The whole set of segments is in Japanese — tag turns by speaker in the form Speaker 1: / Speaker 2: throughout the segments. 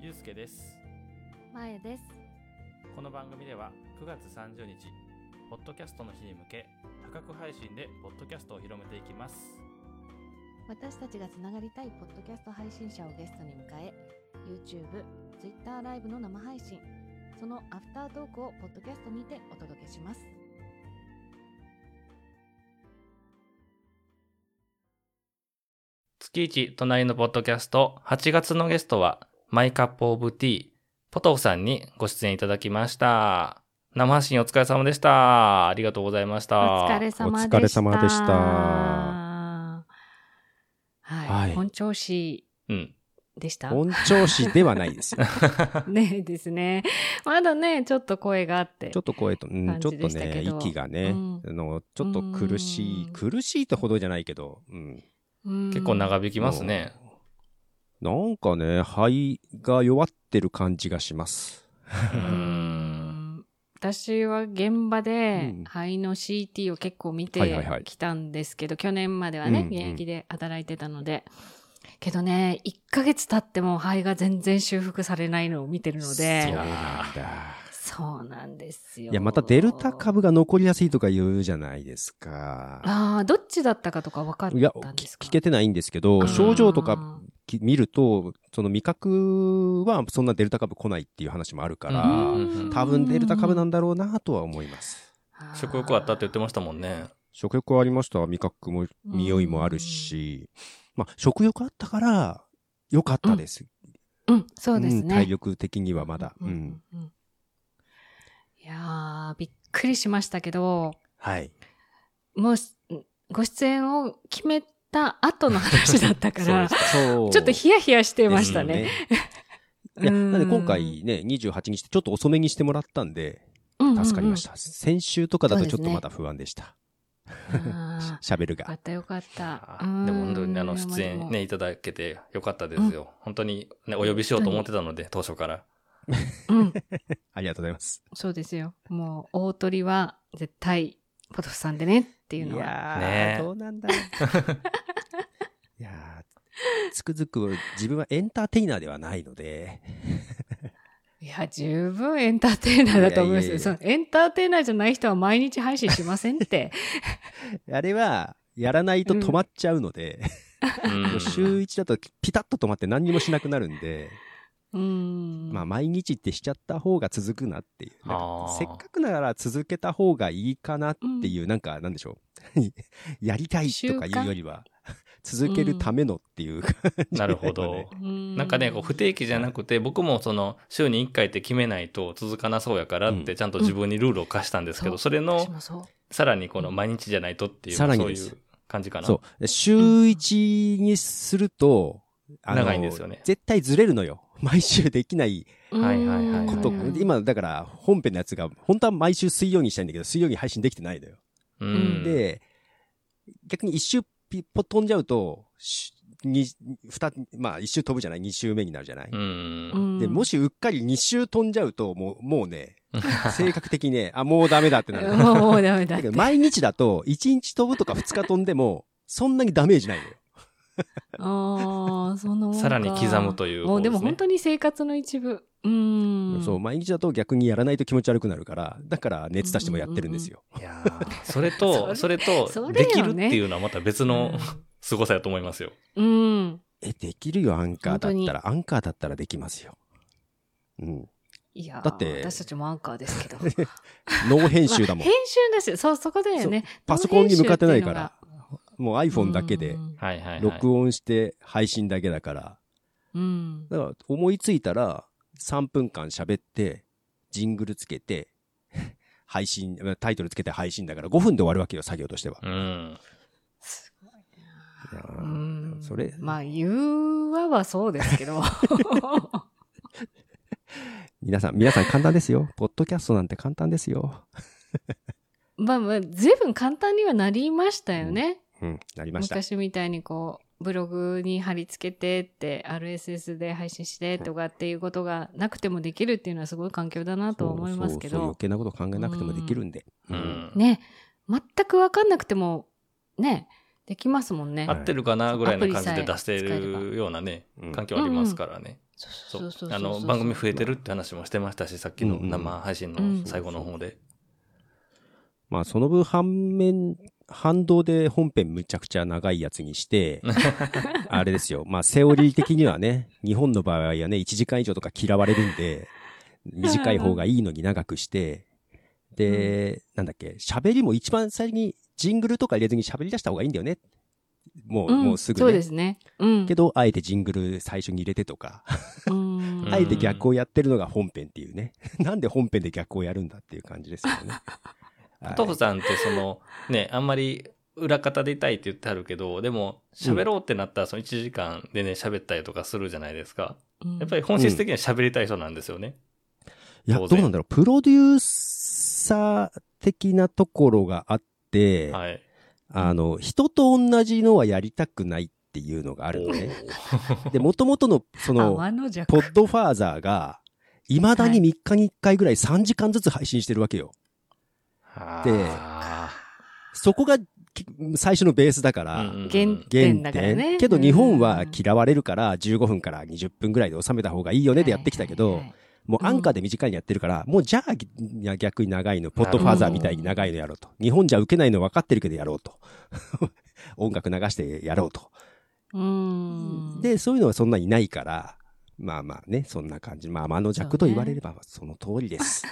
Speaker 1: ゆうすけです
Speaker 2: まゆです。
Speaker 1: この番組では9月30日ポッドキャストの日に向け多角配信でポッドキャストを広めていきます
Speaker 2: 私たちがつながりたいポッドキャスト配信者をゲストに迎え、YouTube、Twitter ライブの生配信、そのアフタートークをポッドキャストにてお届けします。
Speaker 1: 月1隣のポッドキャスト8月のゲストはマイカップオブティーポトフさんにご出演いただきました生配信お疲れ様でしたありがとうございまし
Speaker 2: お
Speaker 1: た
Speaker 2: 疲れ様でした。
Speaker 3: お疲れ様でした
Speaker 2: はい。
Speaker 3: はい
Speaker 2: 本調子
Speaker 1: うん
Speaker 2: でした
Speaker 3: 本調子ではない ですよ。
Speaker 2: ねですね。まだね、ちょっと声があって。
Speaker 3: ちょっと声と、うん、ちょ
Speaker 2: 感じ
Speaker 3: っと
Speaker 2: でしたけ
Speaker 3: ね、
Speaker 2: ど
Speaker 3: 息がね、
Speaker 2: うん
Speaker 3: あの、ちょっと苦し
Speaker 2: うん
Speaker 3: い、苦しいってほどじゃないけど、うん。
Speaker 2: 結
Speaker 1: 結構
Speaker 2: い。
Speaker 1: 長引きますね
Speaker 3: なんかね、肺が弱ってる感じがします。
Speaker 1: う
Speaker 2: うー
Speaker 1: ん
Speaker 2: ん私は現場で
Speaker 3: うん
Speaker 2: 肺の CT を結構見
Speaker 3: はいはい
Speaker 2: て
Speaker 3: はい
Speaker 2: きたんですけど、去年まではね、
Speaker 3: うんうん
Speaker 2: 現役で働いてたので。けどね、1ヶ月経っても肺が全然修復されないのを見てるの
Speaker 3: そう
Speaker 2: で、
Speaker 3: なんだ。
Speaker 2: そうなんですよ。
Speaker 3: いや、またデルタ株が残りやすいとか言うじゃないですか。
Speaker 2: ああ、どっちだったかとか分かっ
Speaker 3: いや、
Speaker 2: たん
Speaker 3: き
Speaker 2: ですか
Speaker 3: 聞けてないんですけど、症状とかき見ると、その味覚はそんなデルタ株来ないっていう話もあるか
Speaker 1: あ
Speaker 3: ら、
Speaker 1: ーうん
Speaker 3: 多分デルタ株なんんだろうなとは思います。
Speaker 1: 食欲あったって言ってましたもんね
Speaker 3: 食欲はありました。味覚も、匂いもあるし、まあ、食欲あったから、良かったです。
Speaker 2: うん、そうです
Speaker 3: ん
Speaker 2: ね。
Speaker 3: 体力的にはまだ。うん。
Speaker 2: うんうんいやー、びっくりしましたけど、
Speaker 3: はい。
Speaker 2: もうし、ご出演を決めた後の話 だったから、ち
Speaker 3: そ
Speaker 2: ょ
Speaker 3: う
Speaker 2: っとヒヤヒヤしてましたね。
Speaker 3: ですよね。いや、
Speaker 2: うん
Speaker 3: なんで今回ね、28日ってちょっと遅めにしてもらったんで、
Speaker 2: うんうんうん
Speaker 3: 助かりまし。た。先週とかだとち
Speaker 2: そ
Speaker 3: ょ
Speaker 2: う
Speaker 3: っ
Speaker 2: です
Speaker 3: と
Speaker 2: ね
Speaker 3: まだ不安でした。
Speaker 2: あ
Speaker 3: 喋る
Speaker 2: ーよか
Speaker 3: が
Speaker 2: っ。たよかった。
Speaker 1: あー でも本当にあ
Speaker 2: う
Speaker 1: の
Speaker 2: ん
Speaker 1: 出演ね、。いただけてよかったですよ。本当にね、お呼びしようと思ってたので、当初から。
Speaker 2: うん、
Speaker 3: ありがとうございます。
Speaker 2: そうですよ。もう、大鳥は絶対、ポトフさんでねって
Speaker 3: い
Speaker 2: いうのは。
Speaker 3: やー、
Speaker 1: ねえ
Speaker 3: どうなん だろう。いやーつくづく自分はエンターテイナーではないので、
Speaker 2: いや、十分エンターテイナーだと思いま
Speaker 3: い
Speaker 2: す
Speaker 3: やいやいや
Speaker 2: そのエンターテイナーじゃない人は毎日配信しません って。
Speaker 3: あれは、やらないと止まっちゃうので、
Speaker 1: うん
Speaker 3: 週1だとピタッと止まって何にもしなくなるんで、
Speaker 2: うん。
Speaker 3: まあ毎日ってしちゃった方が続くなっていう。なん
Speaker 1: あ
Speaker 3: か
Speaker 1: ー
Speaker 3: せっかくなら続けた方がいいかなっていう、なんかなんでしょう。 やりたいとかいうよりは、続けるためのっていう感じ
Speaker 1: なる
Speaker 3: よね
Speaker 1: ほど。
Speaker 2: な
Speaker 1: なんかね、こう不定期じゃなくて、僕もその、週に1回って決めないと続かなそうやからって、
Speaker 3: うん
Speaker 1: ちゃんと自分にルールを課したんですけど、
Speaker 2: うん
Speaker 1: それの
Speaker 2: 私、もそう
Speaker 1: さらにこの毎日じゃないとっていう、
Speaker 3: さらに
Speaker 1: そうい
Speaker 3: です
Speaker 1: う感じかな。
Speaker 3: そう。週1にすると、あの
Speaker 1: 長いんですよね
Speaker 3: 絶対ずれるのよ。毎週できない
Speaker 1: はいはいはいはい
Speaker 3: こと、
Speaker 1: うん
Speaker 3: 今だから本編のやつが、本当は毎週水曜にしたいんだけど、水曜に配信できてないのよ。
Speaker 1: う。。
Speaker 2: うん
Speaker 3: で、逆に一周ピッポ飛んじゃうと、しに二まあ一周飛ぶじゃない二周目になるじゃない、
Speaker 1: うん。
Speaker 3: で、も
Speaker 2: し、
Speaker 3: しうっかり二周飛んじゃうと、もう、もうね、 性格的にね、あ、もうダメだってなる。
Speaker 2: もうもうダメだっ
Speaker 3: だけ
Speaker 2: て
Speaker 3: ど、毎日だと、一日飛ぶとか二日飛んでも、そんなにダメージないのよ。
Speaker 2: ああ、そんなもん か
Speaker 1: さらに刻むという
Speaker 2: もうでも
Speaker 1: 方ですね
Speaker 2: 本当に生活の一部。うーん。
Speaker 3: そう、毎日だと逆にやらないと気持ち悪くなるから、だから熱出してもやってるんですよ。
Speaker 1: いやーそれと、そ
Speaker 2: そ
Speaker 1: れと
Speaker 2: それよ、ね
Speaker 1: できるっていうのはまた別の 凄さやと思いますよ。
Speaker 2: うん。うん。
Speaker 3: え、できるよ、アンカ
Speaker 2: 本
Speaker 3: ーだっ
Speaker 2: 当
Speaker 3: た
Speaker 2: に
Speaker 3: ら。アンカーだったらできますよ。うん。
Speaker 2: いやー、
Speaker 3: だって
Speaker 2: 私たちもアンカーです けど。
Speaker 3: ノー編集だもん。
Speaker 2: まあ編集だし、そう、そこだよね。
Speaker 3: パソコンに向かってないから。もう iPhone だけで
Speaker 2: うん。
Speaker 1: はいはいはい。
Speaker 3: 録音して配信だけだから。
Speaker 2: うん。
Speaker 3: だから思いついたら3分間喋って、ジングルつけて、 配信、タイトルつけて配信だから5分で終わるわけよ、作業としては。
Speaker 1: うん。
Speaker 2: すごい
Speaker 3: いや
Speaker 2: う
Speaker 3: ー
Speaker 2: ん
Speaker 3: それ
Speaker 2: まあ、言うははそうですけど。
Speaker 3: 皆さん、皆さん簡単ですよ。ポッドキャストなんて簡単ですよ。
Speaker 2: まあまあ、随分簡単にはなりましたよね。
Speaker 3: うん、なりました。
Speaker 2: 昔みたいにこうブログに貼り付けてって RSS で配信してとかっていうことがなくてもできるっていうのはすごい環境だなとは思いますけ
Speaker 3: そうそうそう
Speaker 2: ど
Speaker 3: 余計なこと考えなくてもできるんで。
Speaker 1: う
Speaker 3: うん
Speaker 1: ん。
Speaker 2: ね全く分かんなくてもねできますもんね
Speaker 1: 合
Speaker 3: は。
Speaker 1: ってるかなぐらいの感じで
Speaker 2: ア
Speaker 1: 出
Speaker 2: プリさ
Speaker 1: せ
Speaker 2: え
Speaker 1: るようなね、
Speaker 3: うん
Speaker 1: 環境ありますからね。
Speaker 2: そ
Speaker 1: そう
Speaker 2: そうそうそ
Speaker 1: あ
Speaker 2: う
Speaker 1: の、番組増えてるって話もしてましたし、さっきの生配信の最後の方で。
Speaker 3: まあ、その分反面、反動で本編むちゃくちゃ長いやつにして、 あれですよ。まあ、セオリー的にはね、日本の場合はね、1時間以上とか嫌われるんで、短い方がいいのに長くして、で、なんだっけ、喋りも一番最初にジングルとか入れずに喋り出した方がいいんだよね。もう、
Speaker 2: うん
Speaker 3: もうすぐね。
Speaker 2: そうですね。うん。
Speaker 3: けど、あえてジングル最初に入れてとか、
Speaker 2: うん
Speaker 1: は
Speaker 3: あ
Speaker 1: い
Speaker 3: えて逆をやってるのが本編っていうね。 なんで本編で逆をやるんだっていう感じですよ ね。はい
Speaker 1: トフさんってその、ね、あんまり裏方でいたいって言ってあるけど、でも、喋ろうってなったらその1時間でね、喋ったりとかするじゃないですか。やっぱり本質的には喋りたい人なんですよね。
Speaker 3: いや、
Speaker 1: 当
Speaker 3: ど
Speaker 1: 然
Speaker 3: うなんだろう。プロデューサー的なところがあって、
Speaker 1: はい。
Speaker 3: あの、人と同じのはやりたくないっていうのがあるのね。で、元々の、そ
Speaker 2: り、
Speaker 3: の、
Speaker 2: 天の弱
Speaker 3: ポッドファーザーが、未だに3日に1回ぐらい3時間ずつ配信してるわけよ。
Speaker 1: あ
Speaker 3: そこがき最初のベースだか
Speaker 1: ー
Speaker 3: ら、
Speaker 1: うんうんうん
Speaker 2: 原
Speaker 3: 原
Speaker 2: 点だからね。
Speaker 3: 点けど日本は
Speaker 2: うん
Speaker 3: 嫌われるから15分から20分ぐらいで収めた方がいいよねでやってきたけど、
Speaker 2: はいはいはい
Speaker 3: もうアンカーで短いのやってるから、もうじゃあぎいや逆に長いの、ポッドファーザーみたいに長いのやろうと。日本じゃ受けないの分かってるけどやろうと。 音楽流してやろうと。
Speaker 2: うん。
Speaker 3: で、そういうのはそんなにないから、まあまあね、そんな感じ。まあ、天の弱と言われればその通りです。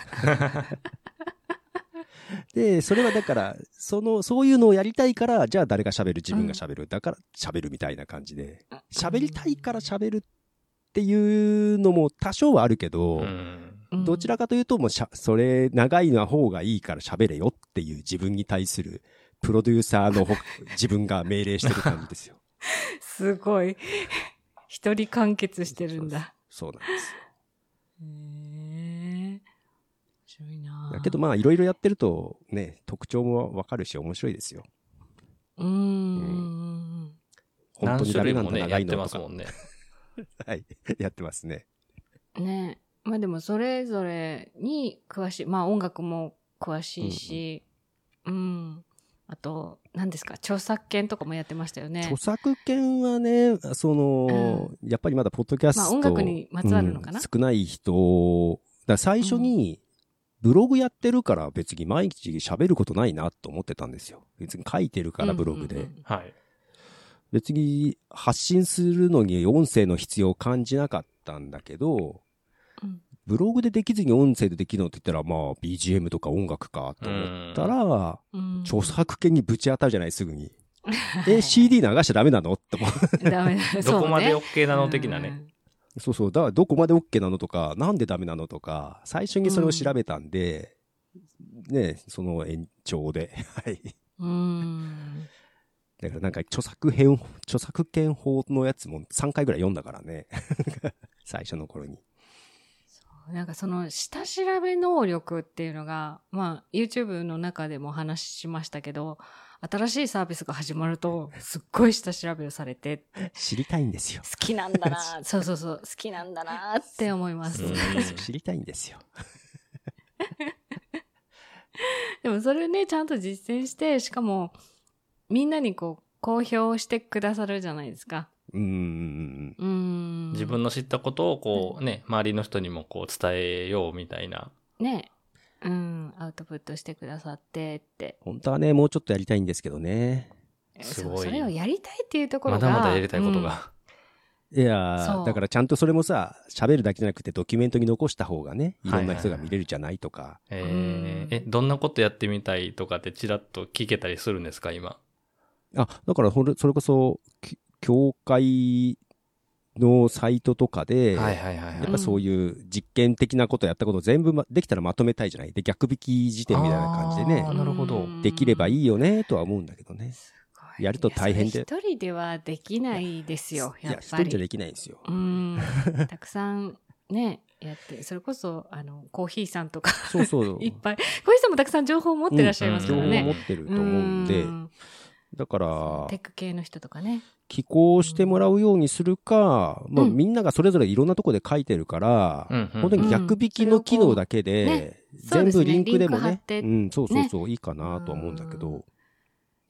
Speaker 3: で、それはだから、その、そういうのをやりたいから、じゃあ誰が喋る自分が喋る。だから喋るみたいな感じで。喋りたいから喋るっていうのも多少はあるけど、
Speaker 1: うん
Speaker 2: うん、
Speaker 3: どちらかというと、もうしゃ、それ、長いの方がいいから喋れよっていう自分に対する、プロデューサーのほ自分が命令してる感じですよ。
Speaker 2: すごい。一人完結してるんだ。
Speaker 3: そうなんです
Speaker 2: へえ。面白いな
Speaker 3: よ。だけどまあ、いろいろやってると、ね、特徴もわかるし、面白いですよ。
Speaker 2: うんうんうん。
Speaker 3: 本当
Speaker 1: 何
Speaker 3: に
Speaker 1: 種
Speaker 3: ダメ
Speaker 1: 類
Speaker 3: なん
Speaker 1: も
Speaker 3: だ、
Speaker 1: ね、や
Speaker 3: 長
Speaker 1: っ
Speaker 3: い
Speaker 1: て
Speaker 3: の
Speaker 1: ま
Speaker 3: と
Speaker 1: す
Speaker 3: か。
Speaker 1: もんね。
Speaker 3: はい。 やってますね。
Speaker 2: ねまあでもそれぞれに詳しい。まあ音楽も詳しいし、うん、あと、何ですか、著作権とかもやってましたよね
Speaker 3: 著。作権はね、その、やっぱりまだポッドキャスト、
Speaker 2: まあ音楽にまつわるのかな
Speaker 3: うん少ない人、だから最初に、ブログやってるから別に毎日喋ることないなと思ってたんですよ。別に書いてるからブログで。
Speaker 2: うんうんうん
Speaker 1: はい。
Speaker 3: 別に発信するのに音声の必要を感じなかったんだけど、
Speaker 2: うん
Speaker 3: ブログでできずに音声でできるのって言ったら、まあ BGM とか音楽かと思ったら、
Speaker 2: うん
Speaker 3: 著作権にぶち当たるじゃない、すぐに。え、CD 流しちゃダメなのって思う。
Speaker 2: ダメだ。
Speaker 1: どこまで
Speaker 2: そうね
Speaker 1: OK なの的なね。。
Speaker 3: そうそう、だからどこまで OK なのとか、なんでダメなのとか、最初にそれを調べたんで、ね、その延長で、はい。
Speaker 2: うん。
Speaker 3: だからなんか著作権、著作権法のやつも3回ぐらい読んだからね。 最初の頃に。
Speaker 2: うんなんかその下調べ能力っていうのが、まあ YouTube の中でもお話ししましたけど、新しいサービスが始まると、すっごい下調べをされて、
Speaker 3: 知りたいんですよ
Speaker 2: 好。きなんだなぁ そうそうそう、好きなんだなぁって思います
Speaker 1: う。ん
Speaker 3: 知りたいんですよ。
Speaker 2: でもそれをね、ちゃんと実践して、しかも、みんなにこう、公表してくださるじゃないですか。
Speaker 3: うーん。
Speaker 2: うーん。
Speaker 1: 自分の知ったことをこうね、周りの人にもこう伝えようみたいな。
Speaker 2: ね。うん、アウトプットしてくださってって。
Speaker 3: 本当はね、もうちょっとやりたいんですけどね。
Speaker 1: す
Speaker 2: そ
Speaker 1: ご
Speaker 2: う
Speaker 1: い
Speaker 2: それをやりたいっていうところ
Speaker 1: ま
Speaker 2: が。
Speaker 1: だまだやりたいこと
Speaker 2: うん
Speaker 1: が。
Speaker 3: いや
Speaker 2: そ
Speaker 3: ー、
Speaker 2: う
Speaker 3: だからちゃんとそれもさ、喋るだけじゃなくてドキュメントに残した方がね、いろんな人が見れるじゃないとか。
Speaker 1: えー
Speaker 2: うん
Speaker 1: え、どんなことやってみたいとかってちらっと聞けたりするんですか、今。
Speaker 3: あ、だからほれそれこそ、き教会のサイトとかで、
Speaker 1: はいはい
Speaker 3: やっぱそういう実験的なことやったことを全部まできたらまとめたいじゃないで逆引き辞典みたいな感じで
Speaker 1: あー
Speaker 3: ね
Speaker 1: なるほど
Speaker 2: うん
Speaker 3: できればいいよねとは思うんだけどね
Speaker 2: すごい
Speaker 3: やると大変
Speaker 2: い
Speaker 3: で
Speaker 2: やそれ一人ではできないですよ、
Speaker 3: い
Speaker 2: やっ
Speaker 3: や一
Speaker 2: ぱ
Speaker 3: 人
Speaker 2: り。
Speaker 3: じゃできないんですよ
Speaker 2: うん。 たくさんね、やって、それこそ、あの、コーヒーさんとか、
Speaker 3: そうそう
Speaker 2: いっぱい。小石さんもたくさん情報を持ってらっしゃいますか
Speaker 3: 情
Speaker 2: ら
Speaker 3: 報
Speaker 2: ね。
Speaker 3: 持ってると思うんで
Speaker 2: うん
Speaker 3: だから
Speaker 2: テック系の人とかね。
Speaker 3: 寄稿してもらうようにするか、まあ、
Speaker 2: うん
Speaker 3: みんながそれぞれいろんなとこで書いてるから、
Speaker 1: うんうん
Speaker 3: 本当に逆引きの機能だけで、
Speaker 2: うんそれをこうね
Speaker 3: 全部リンクでも
Speaker 2: そうですねリンク貼っ
Speaker 3: ね
Speaker 2: て
Speaker 3: うん、そうそうそう、いいかなとは思うんだけど、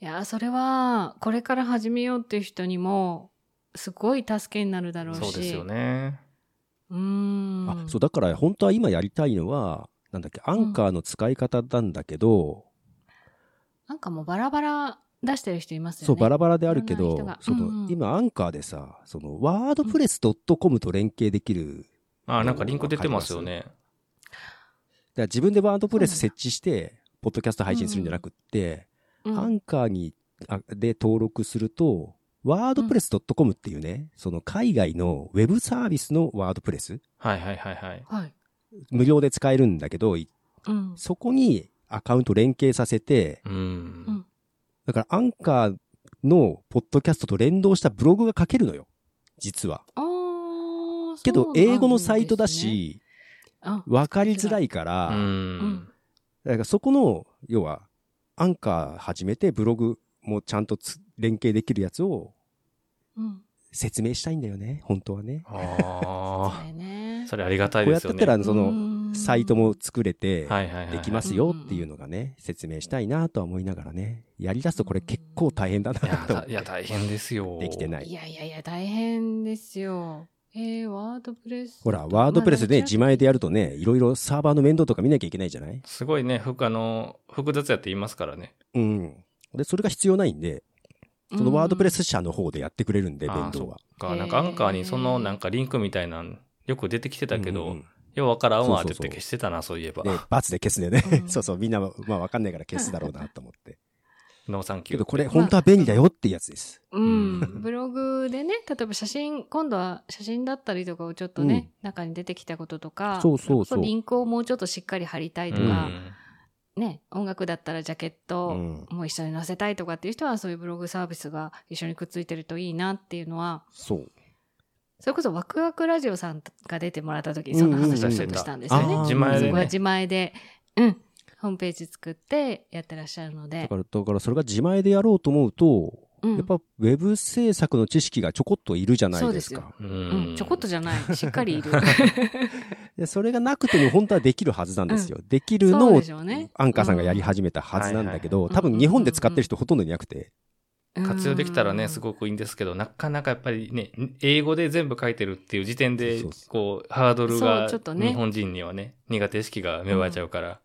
Speaker 2: いやー、それは、これから始めようっていう人にも、すごい助けになるだろうし。
Speaker 1: そうですよ。ね。
Speaker 2: うーん。
Speaker 3: あそうだから本当は今やりたいのはなんだっけアンカーの使い方なんだけど、
Speaker 2: なんかもうバラバラ出してる人いますよね。
Speaker 3: そうバラバラであるけ
Speaker 2: いろ
Speaker 3: ど
Speaker 2: んな人が
Speaker 3: その、
Speaker 2: うんうん
Speaker 3: 今アンカーでさそのワードプレス .com と連携できる、
Speaker 1: あ、なんかリンク出てますよね。
Speaker 3: だから自分でワードプレス
Speaker 2: そうなん
Speaker 3: 設置して、ポッドキャスト配信するんじゃなくって、
Speaker 2: うん
Speaker 3: アンカーにあで登録すると、ワードプレス .com っていうね、その海外のウェブサービスのワードプレス、
Speaker 1: はいはいはいはい。
Speaker 2: はい。
Speaker 3: 無料で使えるんだけど、い
Speaker 2: うん。
Speaker 3: そこにアカウント連携させて、
Speaker 1: う。
Speaker 2: うんん
Speaker 3: だからアンカーのポッドキャストと連動したブログが書けるのよ、実は。
Speaker 2: あー
Speaker 3: け
Speaker 2: そ
Speaker 3: ど
Speaker 2: う、なん
Speaker 3: 英語のサイトだ
Speaker 2: ですね、
Speaker 3: し、
Speaker 2: あ
Speaker 3: わかりづらいから、
Speaker 1: うん。
Speaker 3: だからそこの、要は、アンカー始めてブログもちゃんとつ連携できるやつを
Speaker 2: うん。
Speaker 3: 説明したいんだよね、本当はね。
Speaker 2: そ
Speaker 1: あ
Speaker 2: れね
Speaker 1: あ。。それありがたい
Speaker 3: こう
Speaker 1: で
Speaker 3: やっ
Speaker 1: す
Speaker 3: て
Speaker 1: よ
Speaker 3: やっ
Speaker 1: ね。
Speaker 3: たら、
Speaker 1: っ
Speaker 3: その、サイトも作れて、
Speaker 1: はいはいはい。
Speaker 3: できますよっていうのがね、説明したいなとは思いながらね、やり出すとこれ結構大変だない
Speaker 1: や
Speaker 3: と思っ
Speaker 1: だいや、
Speaker 3: て、
Speaker 1: 大変ですよ。。
Speaker 3: できてない
Speaker 2: い
Speaker 3: い。
Speaker 2: やいやいや、大変ですよ。えー、ワードプレス。
Speaker 3: ほら、ワードプレスでね自前でやると
Speaker 2: ね。
Speaker 3: ね、いろいろサーバーの面倒とか見なきゃいけないじゃない
Speaker 1: すごいね、ふあの、複雑やって言いますからね。
Speaker 3: うん。で、それが必要ないんで、そのワードプレス社の方でやってくれるんで、
Speaker 1: あー
Speaker 3: 面倒は。
Speaker 1: か、なん
Speaker 2: へ
Speaker 1: かア
Speaker 2: ー
Speaker 1: ンカーにそのなんかリンクみたいなん、よく出てきてたけ
Speaker 3: うんう
Speaker 1: ど
Speaker 3: ん、
Speaker 1: ようわからんわって言っ
Speaker 3: そうそ
Speaker 1: て
Speaker 3: うそう
Speaker 1: 消してたな、そういえば。
Speaker 3: ね、罰で消すんだよね。
Speaker 2: うん
Speaker 3: そうそう、みんな、まあわかんないから消すだろうなと 思って。
Speaker 1: ノーサンキュ
Speaker 3: け
Speaker 1: ー
Speaker 3: どこれ、本当は便利だよってやつです。
Speaker 2: うんん。ブログでね、例えば写真、今度は写真だったりとかをちょっとね、中に出てきたこととか、
Speaker 3: そうそうそう
Speaker 2: れこリンクをもうちょっとしっかり貼りたいと
Speaker 1: う
Speaker 2: か、
Speaker 1: ん
Speaker 2: ね、音楽だったらジャケット、
Speaker 3: うん
Speaker 2: もう一緒に載せたいとかっていう人はそういうブログサービスが一緒にくっついてるといいなっていうのは
Speaker 3: そう。
Speaker 2: それこそワクワクラジオさんが出てもらった時にその話をちょっとしたんですよね。
Speaker 3: うんうんうん
Speaker 1: 自
Speaker 3: あー
Speaker 1: 前
Speaker 2: そ
Speaker 1: で
Speaker 2: こは
Speaker 1: ね。
Speaker 2: 自前で、うん、ホームページ作ってやってらっしゃるので
Speaker 3: だか。ら、だからそれが自前でやろうと思うと、
Speaker 2: うん
Speaker 3: やっぱ、ウェブ制作の知識がちょこっといるじゃないです
Speaker 2: そう
Speaker 3: か。
Speaker 1: う
Speaker 2: うん、ちょこっとじゃない。しっかりいる。
Speaker 3: でそれがなくても本当はできるはずなんですよ。でき る
Speaker 2: そう
Speaker 3: のを
Speaker 2: でしょうね。
Speaker 3: アンカーさんがやり始めたはずなんだけ
Speaker 2: う
Speaker 3: ど、
Speaker 2: ん
Speaker 3: 多分日本で使ってる人ほとんどいなくて。
Speaker 1: 活用できたらね、す
Speaker 2: い。
Speaker 1: ごくいいんですけど、なかなかやっぱりね、英語で全部書いてるっていう時点で
Speaker 3: そうそう、そ
Speaker 1: こう、ハードル
Speaker 2: そ
Speaker 1: が、
Speaker 2: うちょっとね
Speaker 1: 日本人にはね、苦手意識が芽生えちゃうから、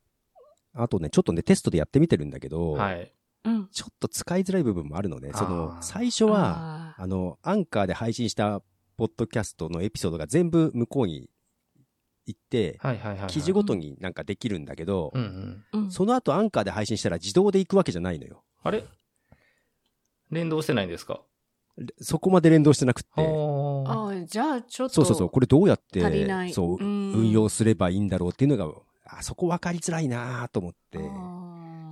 Speaker 3: あとね、ちょっとね、テストでやってみてるんだけど、
Speaker 1: はい。
Speaker 2: うん。
Speaker 3: ちょっと使いづらい部分もあるので、その
Speaker 1: あ、ー
Speaker 3: 最初は、
Speaker 2: あー
Speaker 3: あの、アンカーで配信したポッドキャストのエピソードが全部向こうに行って、
Speaker 1: はいはいはいはい。
Speaker 3: 記事ごとになんかできるんだけど、
Speaker 1: うんうん。
Speaker 2: うん
Speaker 3: その後アンカーで配信したら自動で行くわけじゃないのよ。
Speaker 1: あれ連動してないんですか
Speaker 3: そこまで連動してなくって。
Speaker 1: あ
Speaker 2: あーじゃあちょっと。
Speaker 3: そうそうそう、これどうやっ
Speaker 2: 足りな
Speaker 3: て、
Speaker 2: い
Speaker 3: そう、
Speaker 2: うん
Speaker 3: 運用すればいいんだろうっていうのが、あそこ分かりづらいなと思って、
Speaker 2: あ